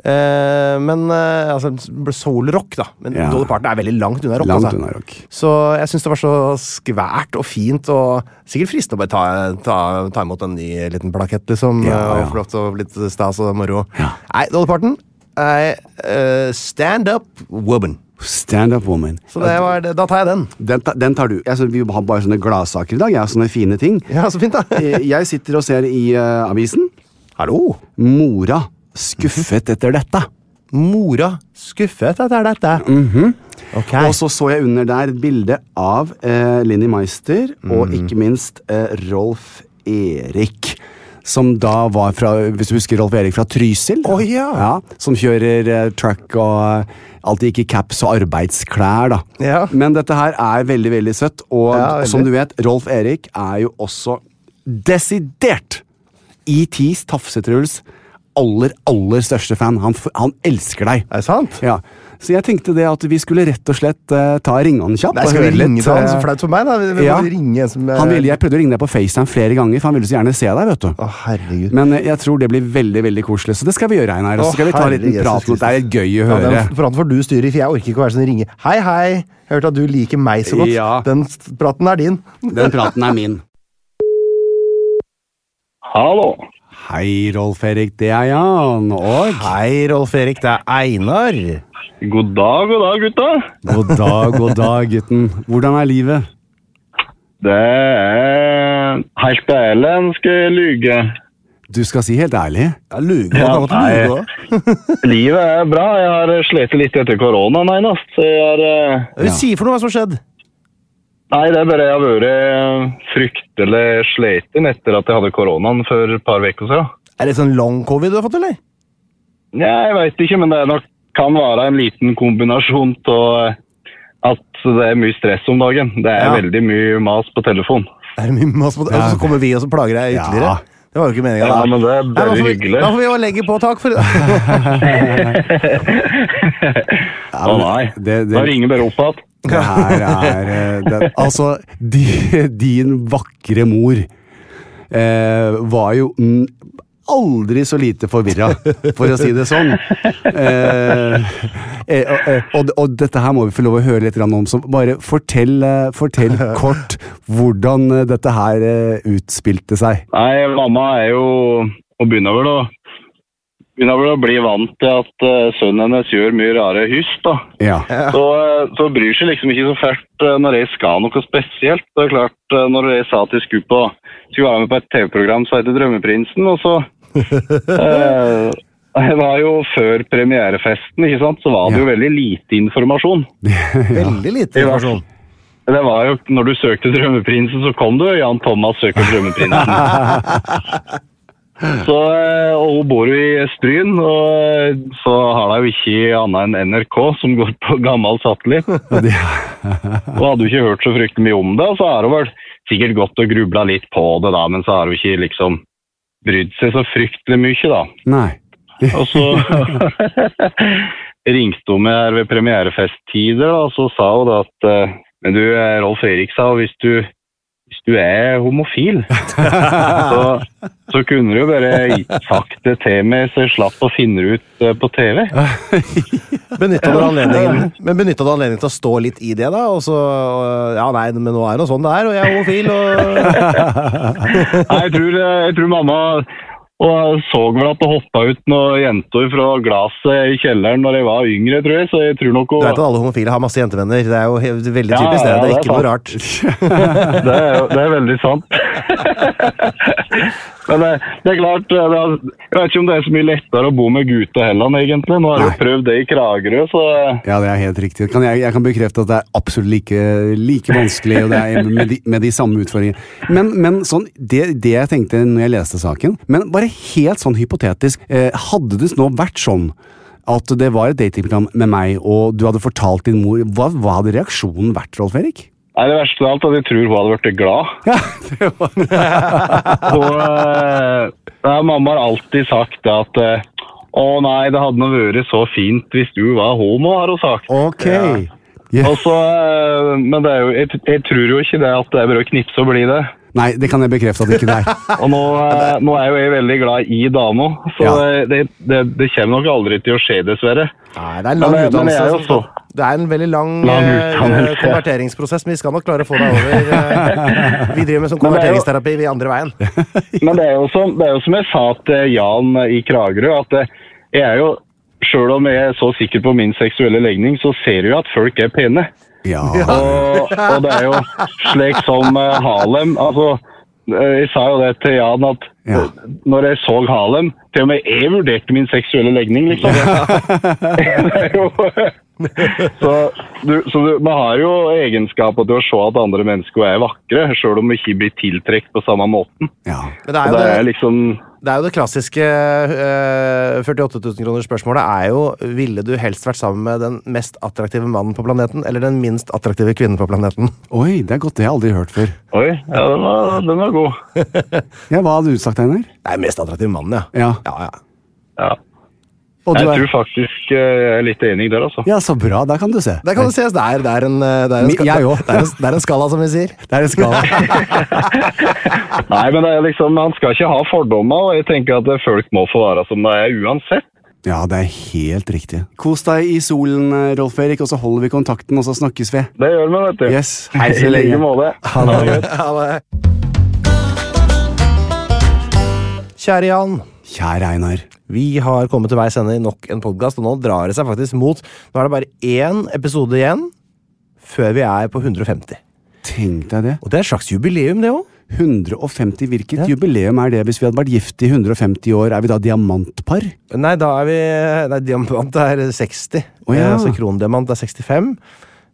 Speaker 1: Eh, men eh, altså, soul-rock, da. Men
Speaker 2: Ja.
Speaker 1: Dolly Parton er veldig langt unna rock.
Speaker 2: Langt
Speaker 1: altså.
Speaker 2: unna rock.
Speaker 1: Så jeg syns det var så skvært og fint, og sikkert fristende å bare ta, ta, ta imot en ny liten plakett, liksom.
Speaker 2: Ja,
Speaker 1: eh,
Speaker 2: ja.
Speaker 1: Og få lov til å bli litt stas og moro.
Speaker 2: Ja.
Speaker 1: Nei, Dolly Parton er eh, stand up woman.
Speaker 2: Stand up woman.
Speaker 1: Så det var, det- da tar jeg den.
Speaker 2: Den, ta, den tar du. Altså, vi har bare sånne gladsaker i dag. Jeg har sånne fine ting.
Speaker 1: Ja, så fint, da.
Speaker 2: Eh, Jeg sitter og ser i eh, avisen.
Speaker 1: Hallo.
Speaker 2: Mora skuffet etter dette.
Speaker 1: Mora skuffet etter dette. Ok.
Speaker 2: Mhm. Og så så jeg under der et bilde av eh, Linni Meister
Speaker 1: Mm.
Speaker 2: og ikke minst eh, Rolf Erik. Som da var fra hvis du husker Rolf Erik fra Trysil.
Speaker 1: Å, ja.
Speaker 2: som kjører eh, truck og eh, alltid gikk i caps og arbeidsklær. da.
Speaker 1: Ja.
Speaker 2: Men dette her er veldig veldig søtt. Og
Speaker 1: Ja, veldig.
Speaker 2: som du vet, Rolf Erik er jo også desidert E ETs Tafse-Truls aller, aller største fan. Han, f- han elsker deg.
Speaker 1: Er det sant?
Speaker 2: Ja, Så jeg tenkte det at vi skulle rett og slett eh, ta ringe han kjapt.
Speaker 1: Nei, skal
Speaker 2: og
Speaker 1: vi
Speaker 2: høre
Speaker 1: ringe
Speaker 2: litt,
Speaker 1: til han?
Speaker 2: eh,
Speaker 1: Så flaut for meg, da. Vi vi må
Speaker 2: ja.
Speaker 1: ringe en som eh,
Speaker 2: Han ville, jeg prøvde å ringe deg på FaceTime flere ganger, for han ville så gjerne se deg. vet du.
Speaker 1: Å, herregud.
Speaker 2: Men eh, jeg tror det blir veldig veldig koselig, så det skal vi gjøre. Einar.
Speaker 1: Å,
Speaker 2: Og så skal vi ta en liten
Speaker 1: herre Jesus
Speaker 2: prat. om det. Det er litt gøy å
Speaker 1: Ja,
Speaker 2: høre.
Speaker 1: den praten får du styre i, for jeg orker ikke å være sånn ringe. Hei, hei! Jeg hørte at du liker meg så godt.
Speaker 2: Ja.
Speaker 1: Den s- praten er din.
Speaker 2: Den praten er min.
Speaker 3: Hallo.
Speaker 2: Hei, Rolf Erik. Det er Jan. Og
Speaker 1: Hei, Rolf Erik. Det er Einar.
Speaker 3: God dag, god dag, gutta.
Speaker 2: god dag, god dag, gutten. Hvordan er livet?
Speaker 3: Det er Herr Spelen skal lyge.
Speaker 2: Du skal si helt ærlig.
Speaker 1: Ja, luge. Ja,
Speaker 3: Ja, nei. Livet er bra. Jeg har eh, slitt litt etter korona, nærmest. Så jeg har eh,
Speaker 1: Hun sier for noe hva som har skjedd.
Speaker 3: Nei, det er bare jeg har vært eh, fryktelig sliten etter at jeg hadde koronaen for et par uker siden.
Speaker 1: Er det sånn long covid du har fått, eller?
Speaker 3: Ja, jeg veit ikke, men det er nok, kan være en liten kombinasjon av eh, at det er mye stress om dagen. Det er
Speaker 1: Ja.
Speaker 3: veldig mye mas på telefon.
Speaker 1: Er det mye mas på det? Og så kommer vi og så plager deg ytterligere.
Speaker 2: Ja.
Speaker 1: Det var jo ikke meninga.
Speaker 3: Ja, men det er bare hyggelig.
Speaker 1: Da får vi jo legge på. Takk for
Speaker 3: Å nei.
Speaker 2: det- det-
Speaker 3: Da ringer bare opp igjen.
Speaker 2: Det her er eh, det, Altså, di, din vakre mor eh, var jo mm, aldri så lite forvirra, for å si det sånn. Eh, eh, og- og, og dette her må vi få lov å høre litt grann om, så bare fortell, eh, fortell kort hvordan eh, dette her eh, utspilte seg.
Speaker 3: Nei, mamma er jo Og begynner vel å, begynner vel å bli vant til at eh, sønnen hennes gjør mye rare hyst, da.
Speaker 2: Ja.
Speaker 3: Så, eh, så bryr seg liksom ikke så fælt eh, når jeg skal noe spesielt. Det er klart, eh, når jeg sa at jeg skulle, på, skulle være med på et TV-program som heter Drømmeprinsen, og så eh, Det var jo før premierefesten, ikke sant, så var det jo veldig lite informasjon.
Speaker 1: Veldig lite
Speaker 3: Ja.
Speaker 1: informasjon.
Speaker 3: Det var jo, når du søkte Drømmeprinsen, så kom du. Jan Thomas søker Drømmeprinsen. så, eh, og hun bor jo i Stryn, og eh, så har de jo ikke annet enn NRK, som går på gammel satellitt.
Speaker 2: Og det,
Speaker 3: Og hadde hun ikke hørt så fryktelig mye om det, så har hun vel sikkert gått og grubla litt på det, da, men så har hun ikke liksom brydd seg så fryktelig mye, da.
Speaker 2: nei.
Speaker 3: Og så ringte hun meg her ved premierefesttider, da, og så sa hun da at eh, Men du, eh, Rolf Erik sa hvis du, hvis hvis du er homofil, så, så kunne du jo bare sagt det til meg, så jeg slapp å finne det ut eh, på TV.
Speaker 1: Benytta du anledningen Men benytta du anledningen til å stå litt i det, da? Og så øh, Ja, nei, men nå er det jo sånn det er, og jeg er homofil, og
Speaker 3: Nei, jeg tror, eh, jeg tror mamma og så vel at det hoppa ut noen jenter fra glasset i kjelleren når jeg var yngre, tror jeg. Så jeg tror nok
Speaker 1: Du
Speaker 3: hun
Speaker 1: vet at alle homofile har masse jentevenner. Det er jo he- veldig
Speaker 3: Ja,
Speaker 1: typisk, det.
Speaker 3: ja,
Speaker 1: Det er
Speaker 3: det er
Speaker 1: ikke noe
Speaker 3: sant.
Speaker 1: rart.
Speaker 3: det, er, jo- det er veldig sant. Men det, det er klart eh, det er, Jeg vet ikke om det er så mye lettere å bo med gutta heller, egentlig. Nå har jeg jo prøvd det i Kragerø, så
Speaker 2: Ja, det er helt riktig. Kan jeg, jeg kan bekrefte at det er absolutt like, like vanskelig, og det er med de, med de samme utfordringene. Men, men sånn, det, det jeg tenkte når jeg leste saken, men bare helt sånn hypotetisk, eh, hadde det nå vært sånn at det var et datingprogram med meg, og du hadde fortalt din mor, hva, hva hadde reaksjonen vært, Rolf Erik?
Speaker 3: Nei, det verste av alt er at jeg tror hun hadde blitt glad.
Speaker 2: det
Speaker 3: Og eh, nei, mamma har alltid sagt det at eh, Å nei, det hadde nå vært så fint hvis du var homo, har hun sagt.
Speaker 2: Ok.
Speaker 3: Og så, eh, men det er jo, jeg, jeg tror jo ikke det at det er bare å knipse og bli det.
Speaker 2: Nei, det kan jeg bekrefte at det ikke det er.
Speaker 3: Og nå, eh, nå er jo jeg veldig glad i dama, så
Speaker 2: Ja.
Speaker 3: det, det, det kommer nok aldri til å skje, dessverre.
Speaker 1: Nei, det er en lang
Speaker 3: Men det- men det er
Speaker 1: utdannelse.
Speaker 3: jo
Speaker 1: altså.
Speaker 3: så-
Speaker 1: Det er en veldig lang,
Speaker 3: Lang
Speaker 1: eh,
Speaker 3: utdannelse.
Speaker 1: konverteringsprosess, men vi skal nok klare å få deg over. eh, Vi driver med sånn
Speaker 3: Men det er jo-
Speaker 1: konverteringsterapi vi andre veien.
Speaker 3: Men det er jo som, det er jo som jeg sa til Jan i Kragerø, at eh, jeg er jo Sjøl om jeg er så sikker på min seksuelle legning, så ser jeg jo at folk er pene.
Speaker 2: Ja.
Speaker 3: Og, og det er jo slik som eh, Harlem altså, eh, Jeg sa jo det til Jan at
Speaker 2: Ja.
Speaker 3: når jeg så Harlem Til og med jeg vurderte min seksuelle legning, liksom. Det er jo- så du, så du, man har jo egenskaper til å se at andre mennesker er vakre, sjøl om vi ikke blir tiltrukket på samme måten.
Speaker 2: ja.
Speaker 1: Men det
Speaker 3: Og
Speaker 1: er jo
Speaker 3: det er
Speaker 1: det,
Speaker 3: liksom
Speaker 1: det, er jo det klassiske eh, 48 000 kroner spørsmålet er jo ville du helst vært sammen med den mest attraktive mannen på planeten eller den minst attraktive kvinnen på planeten?
Speaker 2: Oi, det er godt. Det har jeg aldri hørt før.
Speaker 3: Oi, ja, den var, den var god.
Speaker 2: Ja, hva hadde du sagt, Einar?
Speaker 1: Det er mest attraktiv mannen, ja.
Speaker 2: Ja.
Speaker 1: Ja, ja.
Speaker 3: Ja.
Speaker 2: Og
Speaker 3: Jeg
Speaker 2: du
Speaker 3: tror
Speaker 2: er,
Speaker 3: faktisk eh, jeg er litt enig der, altså.
Speaker 2: ja, så bra. Der kan du se.
Speaker 1: Der kan det ses. Det er, det er, en, eh, det er, en,
Speaker 2: Mi-
Speaker 1: ska-
Speaker 2: jeg òg.
Speaker 1: det er, en, det er en skala, som vi sier.
Speaker 2: Der er skala.
Speaker 3: Nei, men det er liksom, man skal ikke ha fordommer, og jeg tenker at eh, folk må få være som de er uansett.
Speaker 2: Ja, det er helt riktig. Kos deg i solen, eh, Rolf Erik, og så holder vi kontakten, og så snakkes vi.
Speaker 3: Det gjør vi, vet du.
Speaker 2: Yes.
Speaker 3: Hei så lenge. I like måte.
Speaker 2: Ha det.
Speaker 1: Ja, det- Kjære Jan.
Speaker 2: Kjære Einar.
Speaker 1: Vi har kommet til veis ende i nok en podkast, og nå drar det seg faktisk mot Nå er det bare én episode igjen før vi er på 150.
Speaker 2: Tenk deg det.
Speaker 1: Og det er et slags jubileum, det òg.
Speaker 2: 150, Hvilket jubileum er det? Hvis vi hadde vært gift i 150 år, er vi da diamantpar?
Speaker 1: Nei, da er vi Nei, diamant er 60.
Speaker 2: Å, ja.
Speaker 1: Eh, Så krondiamant er 65.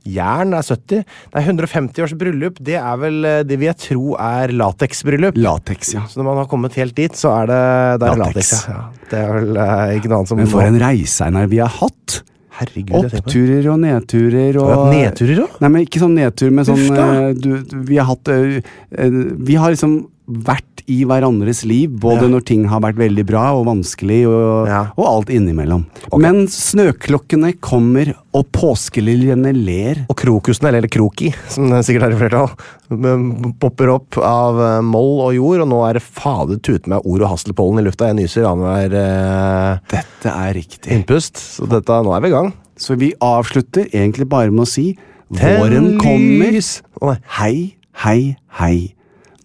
Speaker 1: Jern er 70. Nei, 150 års bryllup, det er vel eh, det vil jeg tro er lateksbryllup.
Speaker 2: Lateks, ja.
Speaker 1: Så når man har kommet helt dit, så er det da er det
Speaker 2: Latex.
Speaker 1: latex. Ja. Ja. Det er vel eh, ikke noe annet som
Speaker 2: Men for en reise, Einar, vi har hatt.
Speaker 1: Herregud, jeg tenker på det.
Speaker 2: Oppturer og nedturer og
Speaker 1: Har vi hatt nedturer òg?
Speaker 2: Nei, men ikke sånn nedtur, men sånn
Speaker 1: Uff da.
Speaker 2: eh, du, du- Vi har hatt eh, eh, Vi har liksom vært i hverandres liv, både
Speaker 1: Ja.
Speaker 2: når ting har vært veldig bra og vanskelig, og,
Speaker 1: Ja.
Speaker 2: og alt innimellom. Men snøklokkene kommer, og påskeliljene ler.
Speaker 1: Og krokusene, eller kroki, som det sikkert er i flertall, men popper opp av eh, moll og jord, og nå er det fader tute meg ord og hasselpollen i lufta. Jeg nyser annenhver eh,
Speaker 2: Dette er riktig.
Speaker 1: innpust, så dette, nå er vi i gang.
Speaker 2: Så vi avslutter egentlig bare med å si
Speaker 1: Tenn
Speaker 2: Våren kommer.
Speaker 1: lys. Å, nei.
Speaker 2: Hei, hei, hei.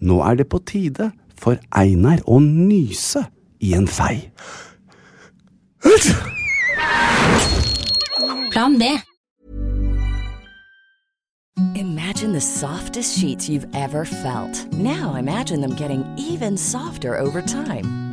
Speaker 2: Nå er det på tide for Einar å nyse i en fei.
Speaker 4: Plan B.
Speaker 5: Imagine the softest sheets you've ever felt. Now imagine them getting even softer over time.